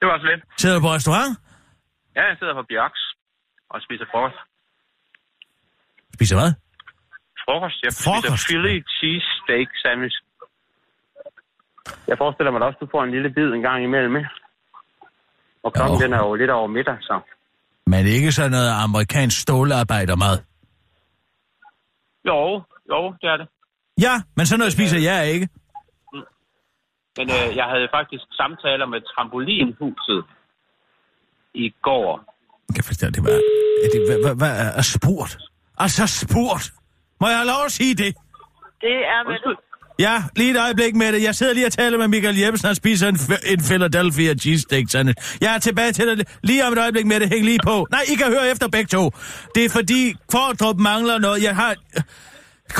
S13: Det var så lidt.
S5: Sidder du på restaurant?
S13: Ja, jeg sidder på Bjørks og spiser frokost.
S5: Spiser hvad?
S13: Frokost? Jeg spiser
S5: Frokost?
S13: Philly cheese steak sandwich. Jeg forestiller mig da også, du får en lille bid en gang imellem, ikke? Og klokken den er jo lidt over middag, så...
S5: Men ikke sådan noget amerikansk stålarbejdermad.
S13: Jo, jo, det er det.
S5: Ja, men sådan noget spiser jeg ikke.
S13: Men øh, jeg havde faktisk samtaler med trampolinhuset i går.
S5: Jeg forstår, det var... Er det, hvad, hvad, hvad er- er spurt? Altså spurt! Må jeg have lov at sige det?
S15: Det er vel...
S5: Ja, lige et øjeblik med det. Jeg sidder lige og taler med Michael Jeppesen, han spiser en, f- en Philadelphia cheesesteak sandwich. Jeg er tilbage til dig lige om et øjeblik med det. Hæng lige på. Nej, I kan høre efter begge to. Det er fordi Kvartrup mangler noget. Jeg har...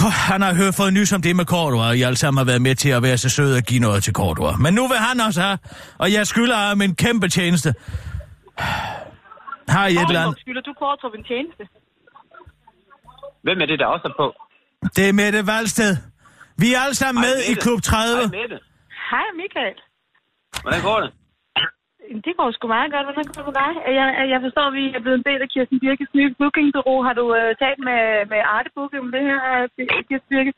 S5: Ko- Han har hørt fået nys om det med Cordua, og I alle sammen har været med til at være så søde at give noget til Cordua. Men nu vil han også have, og jeg skylder ham en kæmpe tjeneste. Har I et eller andet?
S15: Skylder du Kvartrup en tjeneste?
S13: Hvem er det, der også er på?
S5: Det er Mette Valsted. Vi er alle sammen
S13: Hej,
S5: med i
S13: Mette.
S5: Klub 30.
S13: Hej, Mette.
S15: Hej, Michael.
S13: Hvordan går det?
S15: Det går sgu meget godt. Hvordan går det med dig? Jeg, jeg forstår, at vi er blevet en del af Kirsten Birkes nye bookingbureau. Har du øh, talt med, med Arte Booking om det her, øh, Bir- Kirsten Birke?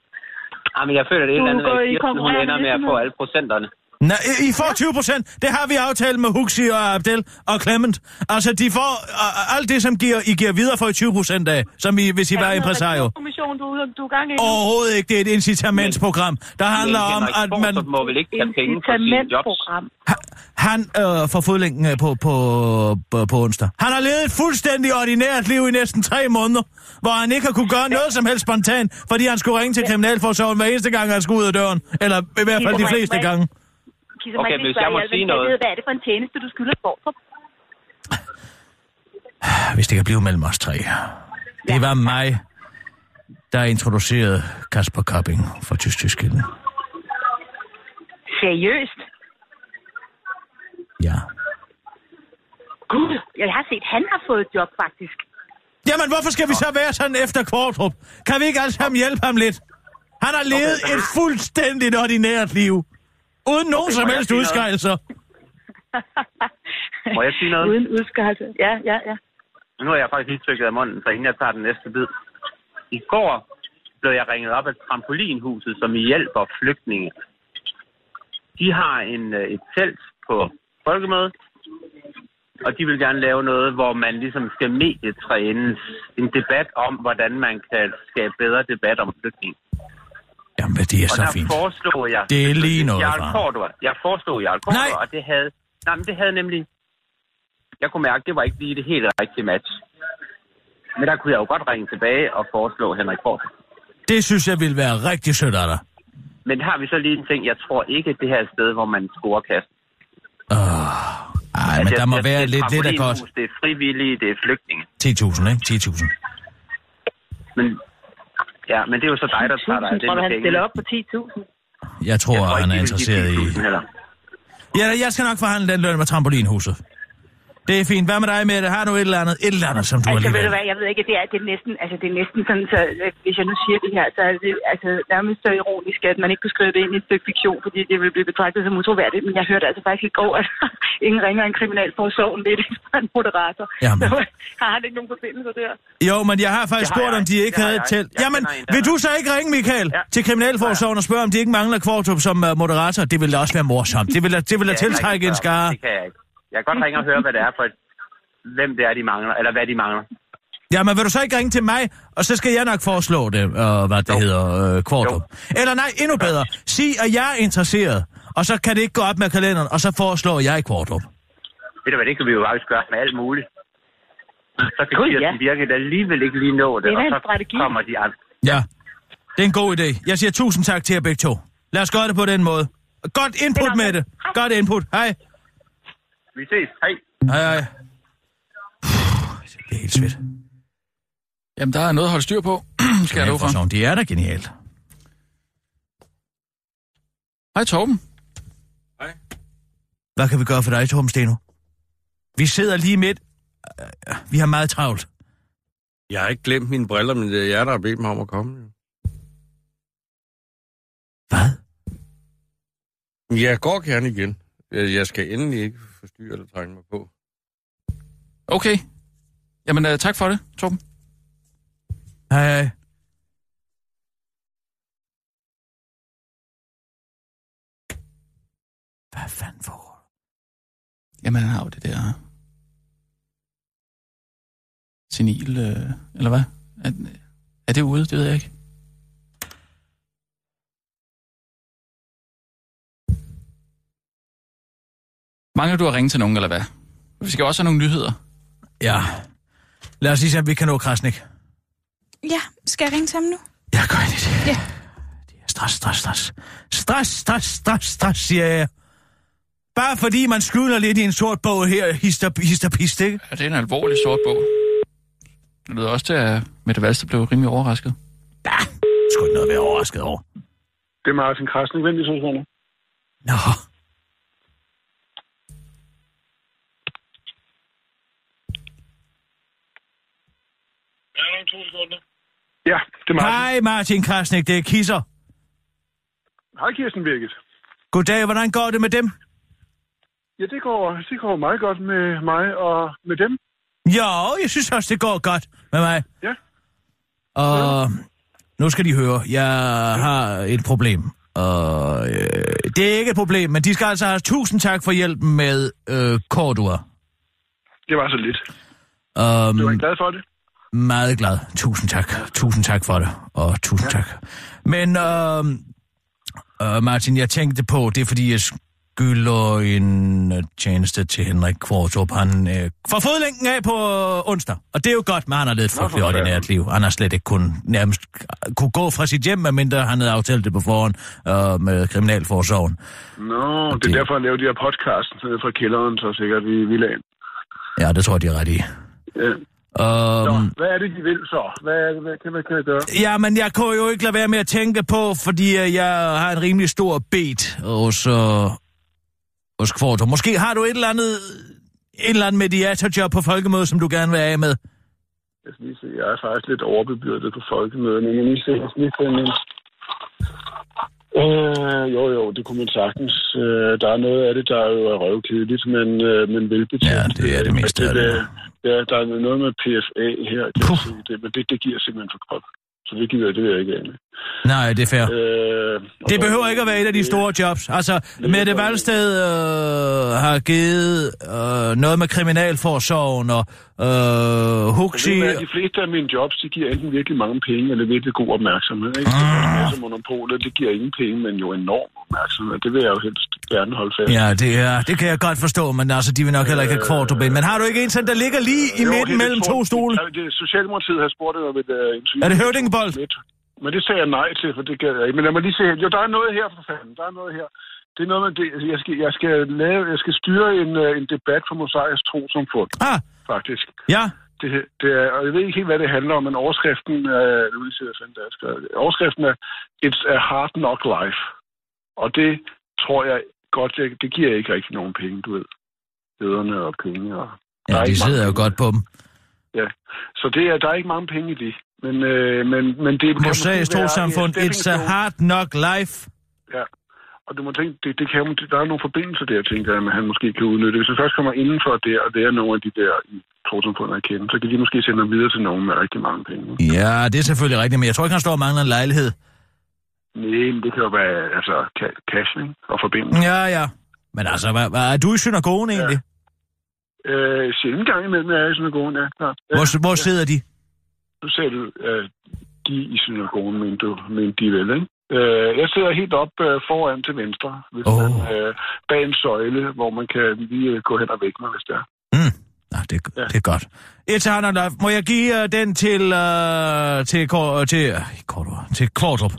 S13: Ah, men jeg føler, det er et
S15: Du
S13: eller andet,
S15: går
S13: at
S15: i
S13: Kirsten, hun
S15: konkurrerende
S13: ender med at få
S15: virksomhed.
S13: alle procenterne.
S5: Nej, I- I får 20 procent. Det har vi aftalt med Huxi og Abdel og Clement. Altså, de får og- og alt det, som giver, I giver videre for 20 procent af, som I, hvis I var impresario.
S15: Kommission, du, er ude- du er i gang i. nu?
S5: Overhovedet ikke. Det er et incitamentsprogram, der handler om, at man...
S13: Borup må vel ikke tage penge for sine jobs.
S5: Han øh, får fodlænken øh, på, på, på, på onsdag. Han har levet et fuldstændig ordinært liv i næsten tre måneder, hvor han ikke har kunne gøre noget som helst spontant, fordi han skulle ringe til Kriminalforsorgen hver eneste gang, han skulle ud af døren. Eller i hvert fald de fleste gange.
S15: Kisser,
S13: Okay, hvis jeg må sige noget.
S15: Hvad er det for en tjeneste, du skylder Kvartrup?
S5: Hvis det kan blive mellem os tre. Det var mig, der introducerede Kasper Kopping for Tysk Tyskilde.
S15: Seriøst?
S5: Ja.
S15: Gud, jeg har set, han har fået job, faktisk.
S5: Jamen, hvorfor skal vi så være sådan efter Kvartrup? Kan vi ikke alle sammen hjælpe ham lidt? Han har levet et fuldstændigt ordinært liv. Uden nogen
S15: Okay,
S5: som
S15: må jeg
S5: helst
S15: sige noget?
S5: udskejelser.
S13: Må jeg sige noget?
S15: Uden udskørelse. Ja, ja, ja.
S13: Nu har jeg faktisk lige trykket af munden, så inden jeg tager den næste bid. I går blev jeg ringet op af trampolinhuset, som hjælper flygtninge. De har en, øh, et telt på folkemødet, og de vil gerne lave noget, hvor man ligesom skal medietrænes en debat om, hvordan man kan skabe bedre debat om flygtninge.
S5: Jamen, hvad det er
S13: og
S5: så
S13: der
S5: fint.
S13: foreslog jeg...
S5: Det er lige noget,
S13: Jarl
S5: far.
S13: Kortua. Jeg foreslog Jarl Kortua, og det havde... Nej, men det havde nemlig... Jeg kunne mærke, det var ikke lige det helt rigtige match. Men der kunne jeg jo godt ringe tilbage og foreslå Henrik Kortua.
S5: Det synes jeg ville være rigtig sødt af dig.
S13: Men har vi så lige en ting, jeg tror ikke, det her er et sted, hvor man scorer kast. Altså,
S5: Ej, men der må være lidt, lidt af godt.
S13: Det er frivillige, det er flygtninge.
S5: 10.000, ikke? 10.000.
S13: Men, ja, men det er jo så dig, der tager dig af det
S15: Tror du,
S13: med
S15: han
S13: pengene.
S15: stiller op på 10.000?
S5: Jeg tror, jeg tror han er interesseret i... Ja, jeg skal nok forhandle den løn med trampolinhuset. Det er fint. Hvad med dig med det? Har du et eller andet, et eller andet som du
S15: Altså, ved
S5: alligevel...
S15: du hvad, jeg ved ikke, det er, det er næsten, altså, det er næsten sådan, så øh, hvis jeg nu siger det her, så er det altså, nærmest så ironisk, at man ikke kunne skrive det ind i et stykke fiktion, fordi det ville blive betragtet som utroværdigt, men jeg hørte altså faktisk i går, at ingen ringer en kriminalforsorgen lidt fra en moderator.
S5: Jamen.
S15: Så har han ikke nogen forbindelser der.
S5: Jo, men jeg har faktisk
S15: Det har
S5: spurgt,
S15: jeg.
S5: om de ikke
S15: Det har
S5: havde et
S15: jeg.
S5: telt.
S15: Jeg
S5: Jamen,
S15: kender en, øh, der
S5: vil
S15: har.
S5: du så ikke ringe, Michael, til Kriminalforsorgen og spørge, om de ikke mangler Kvartrup som uh, moderator? Det ville da også være morsomt. Det ville da, det ville da
S13: Det kan jeg
S5: tiltrække
S13: ikke
S5: en
S13: spørge
S5: skare.
S13: om. Det kan jeg ikke. Jeg kan godt ringe og høre, hvad det er for et, hvem det er, de mangler, eller hvad de mangler.
S5: Jamen, vil du så ikke ringe til mig, og så skal jeg nok foreslå det, øh, hvad det hedder, øh, Kvartrup. Eller nej, endnu bedre. Sig, at jeg er interesseret, og så kan det ikke gå op med kalenderen, og så foreslår jeg Kvartrup.
S13: Ved du hvad, det kan vi jo faktisk gøre med alt muligt. Så kan
S5: Gud,
S13: Kirsten
S5: ja.
S13: ja. Birke da alligevel ikke lige nå det,
S5: Det er da
S13: og
S5: en
S13: så strategi. kommer de andre.
S5: Ja, det er en god idé. Jeg siger tusind tak til jer begge to. Lad os gøre det på den måde. Godt input med det. Godt input. Hej.
S13: Vi ses. Hej.
S5: Hej, hej. Det er helt svedt.
S4: Jamen, der er noget at holde styr på, skal jeg love for.
S5: Kriminalforsorgen, de er da genialt.
S4: Hej Torben.
S5: Hvad kan vi gøre for dig, Torben Steno? Vi sidder lige midt. Øh, Vi har meget travlt.
S16: Jeg har ikke glemt mine briller, men det er jer, der har bedt mig om at komme. Jeg går gerne igen. Øh, Jeg skal endelig ikke forstyrre eller trænge mig på.
S4: Okay. Jamen, øh, tak for det, Torben.
S5: Hej, hej. Hvad fanden for?
S4: Jamen, han har jo det der... Senil, øh, eller hvad? Er, er det ude? Det ved jeg ikke. Mangler du at ringe til nogen, eller hvad? Vi skal også have nogle nyheder.
S5: Ja. Lad os lige se, om vi kan nå Krasnik.
S7: Ja, skal jeg ringe til ham nu?
S5: Stress, stress, stress. Stress, stress, stress, stress, siger jeg. Bare fordi man skylder lidt i en sort bog her, hister, hister pist, ikke?
S4: Ja, det er en alvorlig sort bog. Det lyder også til, at Mette Valster blev rimelig overrasket.
S5: Sgu ikke noget at være overrasket over.
S14: Det er Martin Krasnik. Hvem er det,
S5: Nå.
S14: Ja, det er
S5: Martin. Hej Martin Krasnik, det er Kisser.
S14: Hej Kirsten Birgit.
S5: Goddag, hvordan går det med dem?
S14: Ja, det går, det går meget godt med mig og med dem.
S5: Jo, jeg synes også, det går godt med mig.
S14: Ja.
S5: Og nu skal de høre, jeg har et problem. Og øh, det er ikke et problem, men de skal altså have tusind tak for hjælpen med øh, Cordua.
S14: Det var så lidt.
S5: Um,
S14: Du er glad for det?
S5: Meget glad. Tusind tak. Tusind tak for det. Og tusind ja. tak. Men øhm, øh, Martin, jeg tænkte på, det er fordi, jeg skylder en øh, tjeneste til Henrik Kvartrup. Han øh, får fodlænken af på øh, onsdag. Og det er jo godt, men han har levet et frygteligt ordinært liv. Han har slet ikke kun, nærmest øh, kunne gå fra sit hjem, medmindre han havde aftalt det på forhånd øh, med Kriminalforsorgen.
S14: Nå, det er derfor, jeg laver de her podcast øh, fra kælderen, så sikkert vi i villaen.
S5: Ja, det tror jeg, de er ret i.
S14: Ja.
S5: Øhm,
S14: Nå, hvad er det, de vil så? Hvad, er det, hvad kan, man, kan jeg gøre?
S5: Ja, men jeg kunne jo ikke lade være med at tænke på, fordi øh, jeg har en rimelig stor bet hos, øh, hos Kvartor. Måske har du et eller andet, et eller andet mediatorjob på folkemødet, som du gerne vil af med.
S14: Jeg, skal lige se. jeg er faktisk lidt overbebyrdet på folkemødet, men jeg må lige se, jeg skal lige finde en... Øh, jo, jo, det kunne man sagtens. Øh, der er noget af det, der er jo er røvkedeligt, men, øh, men velbetjent. Ja, det er det meste af det. Ja, der er noget med PFA her, kan jeg sige det, men det, det giver simpelthen for krop. Så det gider jeg, det vil jeg ikke af med.
S5: Nej, det er fair.
S14: Øh,
S5: Det behøver ikke at være et af de store jobs. Altså, Mette Valsted øh, har givet øh, noget med kriminalforsorgen, og øh, Huxi...
S14: Problemet er, at de fleste af mine jobs, de giver enten virkelig mange penge, eller virkelig god opmærksomhed. Ikke?
S5: Ah.
S14: Mm. Det monopoler, det giver ingen penge, men jo enorm opmærksomhed. Det vil jeg jo helst gerne holde fast. i.
S5: Ja, det, er, det kan jeg godt forstå, men altså, de vil nok heller ikke have Kvartrup ind. Men har du ikke en sådan, der ligger lige i
S14: Øh, Jo,
S5: midten
S14: Helle
S5: mellem to
S14: Thorning-
S5: stole?
S14: Ja, det- Socialdemokratiet har spurgt, om et uh, interview.
S5: Er det høvdingebold?
S14: Men det sagde jeg nej til, for det gad jeg ikke. Men lad mig lige se her. Jo, der er noget her, for fanden. Der er noget her. Det er noget med, det. Jeg, skal, jeg, skal lave, jeg skal styre en, øh, en debat for Mosaias tro som fund.
S5: Ah.
S14: Faktisk.
S5: Ja.
S14: Det, det er, og jeg ved ikke helt, hvad det handler om, men overskriften, øh, nu lige se, hvad fanden der er skrevet. Overskriften er, It's a hard knock life. Og det tror jeg godt, jeg, det giver ikke rigtig nogen penge, du ved. Lederne og penge og... Der
S5: Ja,
S14: er
S5: de
S14: ikke mange
S5: sidder jo godt på dem.
S14: Ja, så det er, der er ikke mange penge i det. Men, øh, men, men det kan
S5: Mosaisk
S14: måske være
S5: trosamfund,
S14: en
S5: it's a
S14: stepping stone.
S5: hard knock life.
S14: Ja, og du må tænke, det, det kan, jo- det, der er nogle forbindelser der, tænker jeg, at han måske kan udnytte. Hvis han først kommer indenfor der, og det er nogle af de der i trosamfundet at kende, så kan de måske sende ham videre til nogen med rigtig mange penge.
S5: Ja, det er selvfølgelig rigtigt, men jeg tror ikke, han står og mangler en lejlighed.
S14: Nej, men det kan jo være altså, ca- cash ikke? og forbindelser.
S5: Ja, ja. Men altså, hvad, hvad, er du i synagogen egentlig?
S14: Øh, sjældent gang imellem er jeg i synagogen, ja, klart. Ja.
S5: Hvor, hvor sidder de?
S14: Nu sagde du, øh, de i synagogen, men du, men de vel, ikke? Øh, jeg sidder helt op øh, foran til venstre, hvis oh. man, øh, bag en søjle, hvor man kan lige øh, gå hen og vække mig, hvis det er.
S5: Nå, det, ja. det er godt. It's a hard knock life. Må jeg give uh, den til, uh, til, Kor- til, øh, ikke Kortor, til Kvartrup?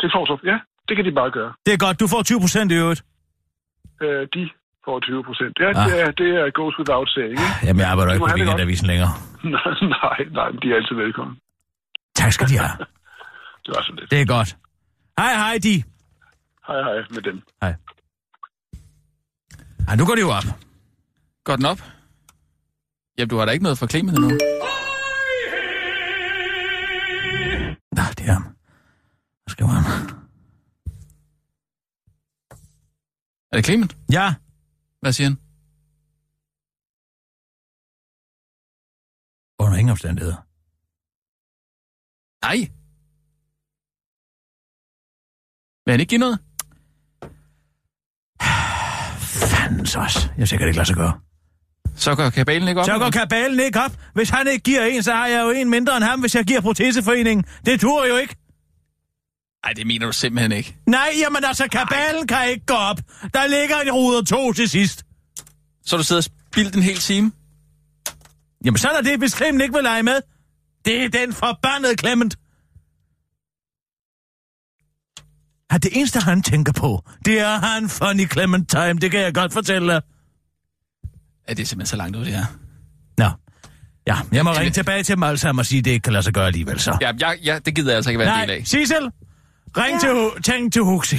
S14: Til Fortrup, ja, det kan de bare gøre.
S5: Det er godt, du får 20 procent i øvrigt.
S14: Øh, de får 20 procent. Ja, ah. det, er, det er goes without saying, ikke?
S5: Jamen, jeg arbejder
S14: Du
S5: jo
S14: må
S5: ikke på
S14: have det
S5: weekendavisen længere.
S14: nej, nej, nej, men de er altid velkommen.
S5: Tak skal de have.
S14: Det var sådan lidt.
S5: Det er godt. Hej, hej, de.
S14: Hej, hej med dem.
S5: Ja, nu går det jo op.
S4: Går den op? Jamen, du har da ikke noget for klimaet endnu.
S5: Nå, det er ham. Hvad skriver han?
S4: Er det Clement?
S5: Ja.
S4: Hvad siger han?
S5: Under ingen omstændigheder.
S4: Nej. Vil han ikke give noget?
S5: Fandens også. Jeg skal ikke lade sig gøre.
S4: Så går kabalen ikke op?
S5: Så går
S4: eller?
S5: kabalen ikke op. Hvis han ikke giver en, så har jeg jo en mindre end ham, hvis jeg giver proteseforeningen. Det dur jo ikke.
S4: Ej, det mener du simpelthen ikke.
S5: Nej, jamen altså, kabalen kan ikke gå op. Der ligger en ruder to til sidst.
S4: Så du sidder og spildt en hel time?
S5: Jamen, så er der det, hvis Clement ikke vil lege med. Det er den forbandede Clement. At det eneste, han tænker på, det er han funny Clement time. Det kan jeg godt fortælle dig.
S4: Ja, det er simpelthen så langt ud, det her.
S5: Nå. Ja, jeg må ringe tilbage til dem alle sammen og sige, at det ikke kan lade sig gøre alligevel så.
S4: Ja, jeg, jeg, det gider jeg altså ikke være en del
S5: Nej,
S4: af.
S5: Sissel, ring ja. til, hu- tænk til Huxi.